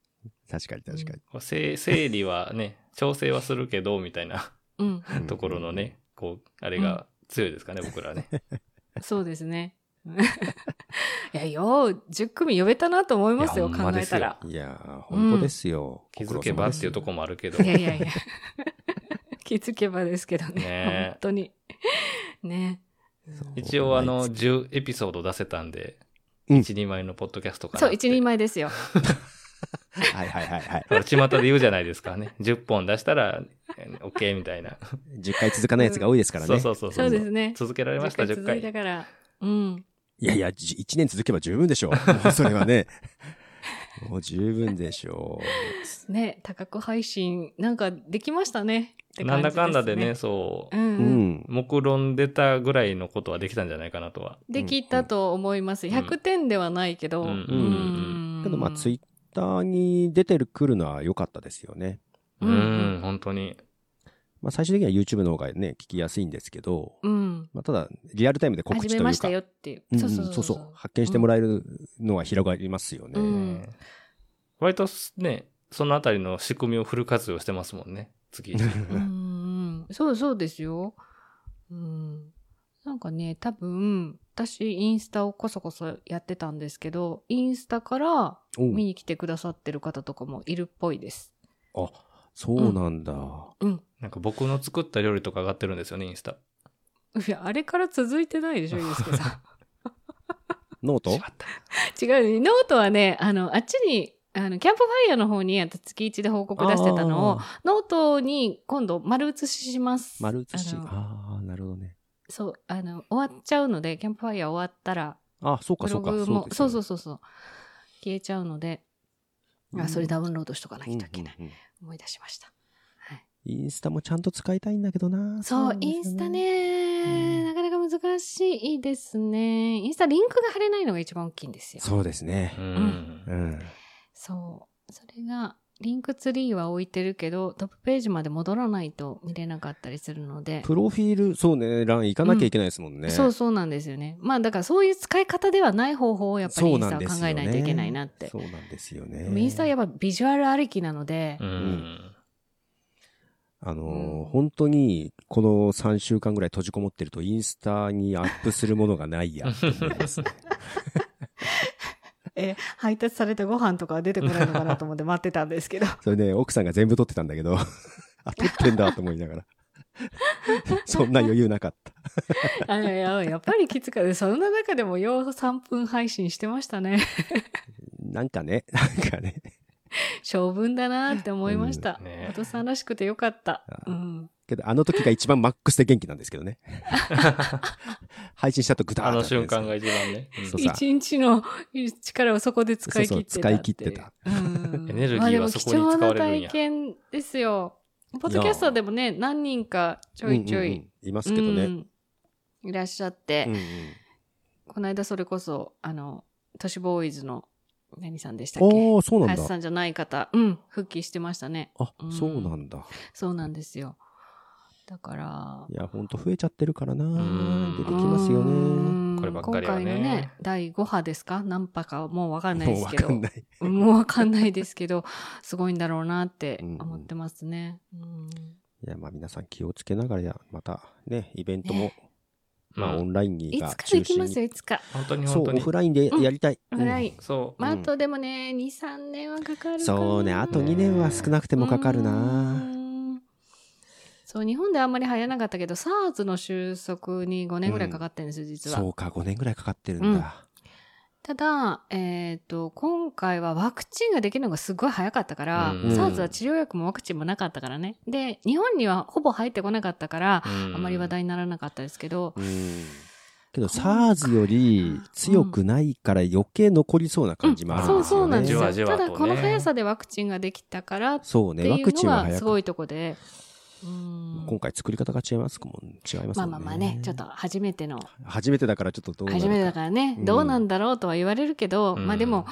Speaker 3: 確かに、確かに。
Speaker 1: こうせい整理はね、調整はするけど、みたいな
Speaker 2: うん、
Speaker 3: うん
Speaker 1: ところのね、こう、あれが強いですかね、僕 らね。
Speaker 2: そうですね。 いや、よう、10組呼べたなと思いますよ、
Speaker 1: いやほん
Speaker 2: 考
Speaker 1: まで
Speaker 2: え
Speaker 1: すよ
Speaker 2: たら。
Speaker 3: いやー、本当ですよ。
Speaker 1: 気
Speaker 3: ご苦
Speaker 1: づ
Speaker 3: 労
Speaker 1: け
Speaker 3: 様
Speaker 1: ば
Speaker 3: で
Speaker 1: っ
Speaker 3: す
Speaker 1: ていうとこもあるけど
Speaker 2: い。やいやいや。 気づけばですけどね。
Speaker 1: ねえ
Speaker 2: 本当に。ね。
Speaker 1: 一応、あの、10エピソード出せたんで、
Speaker 3: うん
Speaker 1: 一人前のポッドキャストから。
Speaker 2: そう、一人。前ですよ。
Speaker 3: はいはいはい はい。
Speaker 1: 巷で言うじゃないですかね。10本出したら、えー OK みたいな。
Speaker 3: 10回続かないやつが多いですからね。
Speaker 1: そうそうそう
Speaker 2: そうですね。
Speaker 1: 続けられました、
Speaker 2: 10
Speaker 1: 10
Speaker 2: 続
Speaker 1: 回。
Speaker 2: いたから。うん。
Speaker 3: いやいや、じ1年続けば十分でしょう。もうそれはね。 もう十分でしょ
Speaker 2: ね、多角配信、なんかできましたね。って
Speaker 1: なんだ
Speaker 2: 感じです
Speaker 1: かんだでね、そうう、
Speaker 2: ん
Speaker 3: う。
Speaker 2: う。
Speaker 3: うんん。
Speaker 1: 目論んでたぐらいのことはできたんじゃないかなとは。
Speaker 2: できたと思います。
Speaker 1: ん
Speaker 2: 100点ではないけど。
Speaker 1: う
Speaker 2: うんん
Speaker 3: けど、まあ、ツイッターに出てるくるのは良かったですよね。
Speaker 1: う
Speaker 2: うん
Speaker 1: ん、本当に。
Speaker 3: まあ、最終的には YouTube の方がね、聞きやすいんですけど、
Speaker 2: うん。
Speaker 3: まあ、ただ、リアルタイムで告知
Speaker 2: 始
Speaker 3: とい
Speaker 2: め
Speaker 3: うか。
Speaker 2: ましたよっていう。
Speaker 3: うん
Speaker 2: そううんそう
Speaker 3: そ
Speaker 2: そうう
Speaker 3: そ
Speaker 2: そう
Speaker 3: う。。発見してもらえるのは広がりますよね。
Speaker 2: うん
Speaker 1: ね割とすね、そのあたりの仕組みをフル活用してますもんね、 次。
Speaker 2: うんうんそうそうですよ。うん。なんかね、多分、私、インスタをこそこそやってたんですけど、インスタから
Speaker 3: おう
Speaker 2: 見に来てくださってる方とかもいるっぽいです。
Speaker 3: あ、そうなんだ。
Speaker 2: うん。
Speaker 1: なんか僕の作った料理とか上がってるんですよね、インスタ。
Speaker 2: いや、あれから続いてない でしょ、ユースケさん。
Speaker 3: ノー
Speaker 1: し
Speaker 3: ト
Speaker 1: まった
Speaker 2: 違う、ノートはね、あの、あっちに、あの、キャンプファイヤーの方に、あと月1で報告出してたのを、
Speaker 3: あー
Speaker 2: ノートに今度丸写しします。
Speaker 3: 丸写し。
Speaker 2: あの
Speaker 3: ああ、なるほどね。
Speaker 2: そう、あの、終わっちゃうので、キャンプファイヤー終わったら、
Speaker 3: あ、そうか
Speaker 2: ブ
Speaker 3: そ
Speaker 2: ロ
Speaker 3: うか。
Speaker 2: グも、
Speaker 3: です
Speaker 2: そ
Speaker 3: よ
Speaker 2: う
Speaker 3: ね
Speaker 2: そうそうそう。消えちゃうので、
Speaker 3: う
Speaker 2: あ、
Speaker 3: ん
Speaker 2: それダウンロードしとかな
Speaker 3: うん
Speaker 2: きゃいけない。
Speaker 3: うんうん
Speaker 2: 思い出しました。はい、
Speaker 3: インスタもちゃんと使いたいんだけどな。
Speaker 2: そう、
Speaker 3: なんです
Speaker 2: イ
Speaker 3: よ
Speaker 2: ンスタ。
Speaker 3: うん
Speaker 2: ね、なかなか難しいですね。インスタリンクが貼れないのが一番大きいんですよ。
Speaker 3: そうですね
Speaker 1: う。。
Speaker 2: うん
Speaker 3: うん。
Speaker 2: そう。それが、リンクツリーは置いてるけど、トップページまで戻らないと見れなかったりするので。
Speaker 3: プロフィール、そうね、欄行かなきゃいけないですもんね。
Speaker 2: そうそうなんですよね。まあだからそういう使い方ではない方法をやっぱりイ
Speaker 3: そう
Speaker 2: ンス
Speaker 3: な
Speaker 2: タ
Speaker 3: ん
Speaker 2: は
Speaker 3: ですよね
Speaker 2: 考えないといけないなって。
Speaker 3: そうなんですよ
Speaker 2: でも
Speaker 3: ね。
Speaker 2: インスタはやっぱビジュアルありきなので、
Speaker 1: うん。
Speaker 3: あの
Speaker 2: う
Speaker 3: ー
Speaker 2: ん
Speaker 3: 本当に、この3週間ぐらい閉じこもってると、インスタにアップするものがない や、と思いますね。
Speaker 2: え配達されたご飯とかは出てこないのかなと思って待ってたんですけど
Speaker 3: それね、奥さんが全部撮ってたんだけど、 あ、撮ってんだと思いながら。 そんな余裕なかっ た。
Speaker 2: あいややっぱりきつかったそんな中でもよう3分配信してましたね
Speaker 3: なんかね、なんかね。
Speaker 2: 性分だなって思いました、
Speaker 1: うんね
Speaker 2: お父さんらしくてよかった
Speaker 3: あ、
Speaker 2: うん、
Speaker 3: けど、あの時が一番マックスで元気なんですけ どね。配信したとグダー
Speaker 1: あ
Speaker 3: ッと
Speaker 1: の
Speaker 3: な
Speaker 1: 瞬
Speaker 3: ってるんですよ
Speaker 1: 間が一番ね。うん
Speaker 3: そうさ
Speaker 2: 一日の力をそこで使い切ってた
Speaker 3: そうそう使い切ってた
Speaker 2: うん
Speaker 1: エネルギーは
Speaker 2: まあでも
Speaker 1: そこに使われるんや
Speaker 2: 貴重な体験ですよポッドキャストでもね何人かちょいちょ
Speaker 3: うんうん
Speaker 2: い、
Speaker 3: うんいますけどね。
Speaker 2: うんいらっしゃって、
Speaker 3: うんうん
Speaker 2: この間それこそ、あの、都市ボーイズの何さんでしたっけ
Speaker 3: ああ、そうなん
Speaker 2: 林
Speaker 3: だ。
Speaker 2: さんじゃない方、うん、復帰してましたね。
Speaker 3: あ
Speaker 2: う、ん
Speaker 3: そうなんだ。
Speaker 2: そうなんですよ。だから
Speaker 3: い、や、ほんと増えちゃってるからな。
Speaker 1: ん
Speaker 3: 出てきますよ
Speaker 2: う
Speaker 3: ね。
Speaker 2: ーん
Speaker 1: こればっかりはね
Speaker 2: 今回のね、第5波ですか何波かもうわかんないで
Speaker 3: もう
Speaker 2: す
Speaker 3: わ
Speaker 2: けど。
Speaker 3: かんない。
Speaker 2: もうわかんないですけど、すごいんだろうなって思ってますね。うん
Speaker 3: いや、まあ皆さん気をつけながらや、またね、イベントも、ま
Speaker 1: まあ、
Speaker 3: あオンラインに
Speaker 2: い
Speaker 3: が
Speaker 2: つか
Speaker 3: 中
Speaker 2: でき
Speaker 3: 心
Speaker 2: ますよ、
Speaker 3: に。
Speaker 2: いつか。
Speaker 1: 本当に
Speaker 3: そ
Speaker 1: 本
Speaker 3: う
Speaker 1: 当、
Speaker 3: オ
Speaker 1: に
Speaker 3: フ。ラインでやりたい。
Speaker 2: オフライン
Speaker 1: そ
Speaker 2: まあ、あ
Speaker 3: うん
Speaker 2: とでもね、2、3年はかか
Speaker 3: う
Speaker 2: る
Speaker 3: ん
Speaker 2: かな。
Speaker 3: そうね、あと2年は少なくてもかかる
Speaker 2: う
Speaker 3: な。
Speaker 2: ーんそう日本であんまり流行らなかったけど SARS の収束に5年ぐらいかかってるんですよ、実
Speaker 3: そ
Speaker 2: は
Speaker 3: うか、5年ぐらいかかってるんだ。
Speaker 2: ただ、えっと今回はワクチンができるのがすごい早かったから、
Speaker 1: うん
Speaker 2: SARS は治療薬もワクチンもなかったからねで日本にはほぼ入ってこなかったから、
Speaker 1: うん
Speaker 2: あまり話題にならなかったですけど、
Speaker 3: うんけど、SARS より強くないから余計残りそうな感じもある
Speaker 2: そ
Speaker 3: ん
Speaker 2: う
Speaker 3: です
Speaker 2: そ
Speaker 3: よ
Speaker 2: うなん
Speaker 3: ね。
Speaker 2: ですよ、
Speaker 1: じわじわと
Speaker 2: た
Speaker 1: ね
Speaker 2: だこの速さでワクチンができたからって
Speaker 3: そうね、
Speaker 2: い
Speaker 3: ワ
Speaker 2: う
Speaker 3: クチン
Speaker 2: の
Speaker 3: は
Speaker 2: が
Speaker 3: 早
Speaker 2: す
Speaker 3: かっ
Speaker 2: ごいとこで、うん
Speaker 3: た。今回作り方が違いますもん、違いますもんね。
Speaker 2: まあまあまあねちょっと初めての
Speaker 3: 初めてだからちょっとどうなる
Speaker 2: 初めてだからね、
Speaker 3: うん
Speaker 2: どうなんだろうとは言われるけど、
Speaker 1: うん
Speaker 2: まあでも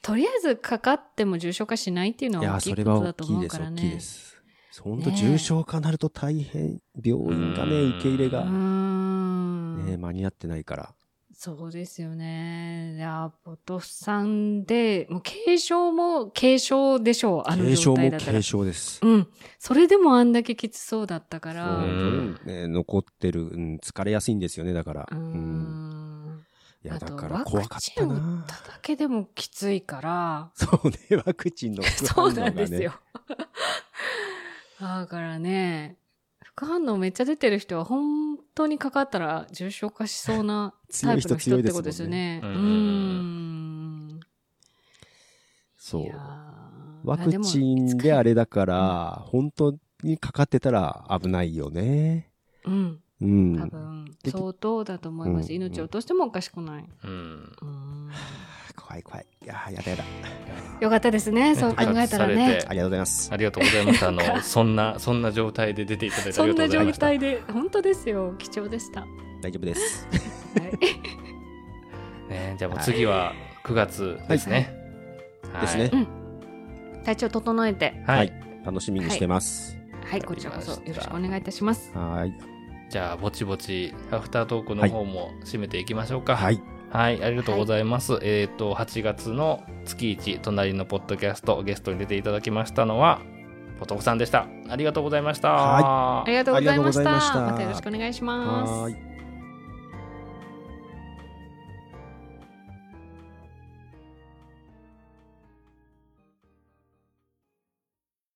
Speaker 2: とりあえずかかっても重症化しないっていうの
Speaker 3: い
Speaker 2: は
Speaker 3: や、
Speaker 2: 大き
Speaker 3: そ
Speaker 2: いこ
Speaker 3: れは
Speaker 2: とだ
Speaker 3: 大
Speaker 2: と
Speaker 3: きい
Speaker 2: 思う
Speaker 3: で
Speaker 2: か
Speaker 3: す、
Speaker 2: ら
Speaker 3: 大きい
Speaker 2: ね
Speaker 3: で。す。本当
Speaker 2: ねえ
Speaker 3: 重症化なると大変、病院がね、
Speaker 1: うん
Speaker 3: 受け入れ
Speaker 2: うー
Speaker 3: が、
Speaker 2: ん、
Speaker 3: ね、間に合ってないから。
Speaker 2: そうですよね。いや、ポトフさんで、もう軽症も軽症でしょう、あの状
Speaker 3: 軽症
Speaker 2: 態
Speaker 3: も
Speaker 2: だったら
Speaker 3: 軽。症です。
Speaker 2: うん。それでもあんだけきつそうだったか
Speaker 3: そ
Speaker 2: ら。う
Speaker 3: うね、残ってる、うん、疲れやすいんですよね、だから。
Speaker 2: ー
Speaker 3: うん
Speaker 2: ん。
Speaker 3: いや、
Speaker 2: あ
Speaker 3: だ
Speaker 2: と、
Speaker 3: から
Speaker 2: ワ
Speaker 3: 怖
Speaker 2: ク
Speaker 3: かっ
Speaker 2: チ
Speaker 3: た
Speaker 2: ンを打
Speaker 3: な
Speaker 2: っ。ただけでもきついから。
Speaker 3: そうね、ワクチンの副反
Speaker 2: そ
Speaker 3: 応
Speaker 2: うな
Speaker 3: がね
Speaker 2: んですよ。だからね、副反応めっちゃ出てる人は本当にかかったら重症化しそうなタ
Speaker 3: 強い
Speaker 2: イプ
Speaker 3: 人
Speaker 2: の人
Speaker 3: 強
Speaker 2: っ
Speaker 3: いで
Speaker 2: てこと
Speaker 3: すもんね
Speaker 2: ですよね。う
Speaker 1: う
Speaker 2: ー
Speaker 1: ん
Speaker 2: ん。
Speaker 3: そう
Speaker 2: いやー
Speaker 3: ワクチンであれだから、本当にかかってたら危ないよね。
Speaker 2: うん。
Speaker 3: う
Speaker 2: 多
Speaker 3: ん。
Speaker 2: 分、
Speaker 3: でき
Speaker 2: 相当だと思います。
Speaker 3: うん
Speaker 2: 命を落としてもおかしくない。
Speaker 1: うん。
Speaker 2: うーん
Speaker 3: 怖い怖い。いやー、やだやだ。
Speaker 2: よかったですね。そう考えたら
Speaker 1: 復活され
Speaker 2: ね
Speaker 1: て。
Speaker 3: ありがとうございます。
Speaker 1: ありがとうございました。あの、そんな、そんな状態で出ていただいてあ
Speaker 2: そ
Speaker 1: り
Speaker 2: ん
Speaker 1: がとうござ
Speaker 2: な
Speaker 1: い
Speaker 2: 状
Speaker 1: ました。
Speaker 2: 態で、本当ですよ。貴重でした。は
Speaker 3: 大丈夫です。
Speaker 2: い
Speaker 1: ね、じゃあもう次は9月ですね。はい
Speaker 3: ですね。
Speaker 2: 体調整えて、
Speaker 1: は
Speaker 3: はいい。楽しみにしてます。
Speaker 2: はい、こちらこそよろしくお願いいたします。
Speaker 3: はーい。
Speaker 1: じゃあ、ぼちぼち、アフタートークの方も締めていきましょうか。
Speaker 3: はい。
Speaker 1: はい、ありがとうございます。えっ、と、8月の月1、隣のポッドキャスト、ゲストに出ていただきましたのは、ポトフさんでした。ありがとうございました。
Speaker 2: あ
Speaker 3: は
Speaker 2: りがとうございまし
Speaker 3: あり
Speaker 2: た。
Speaker 3: がとうございました
Speaker 2: またよろしくお願いします
Speaker 3: は。ーい。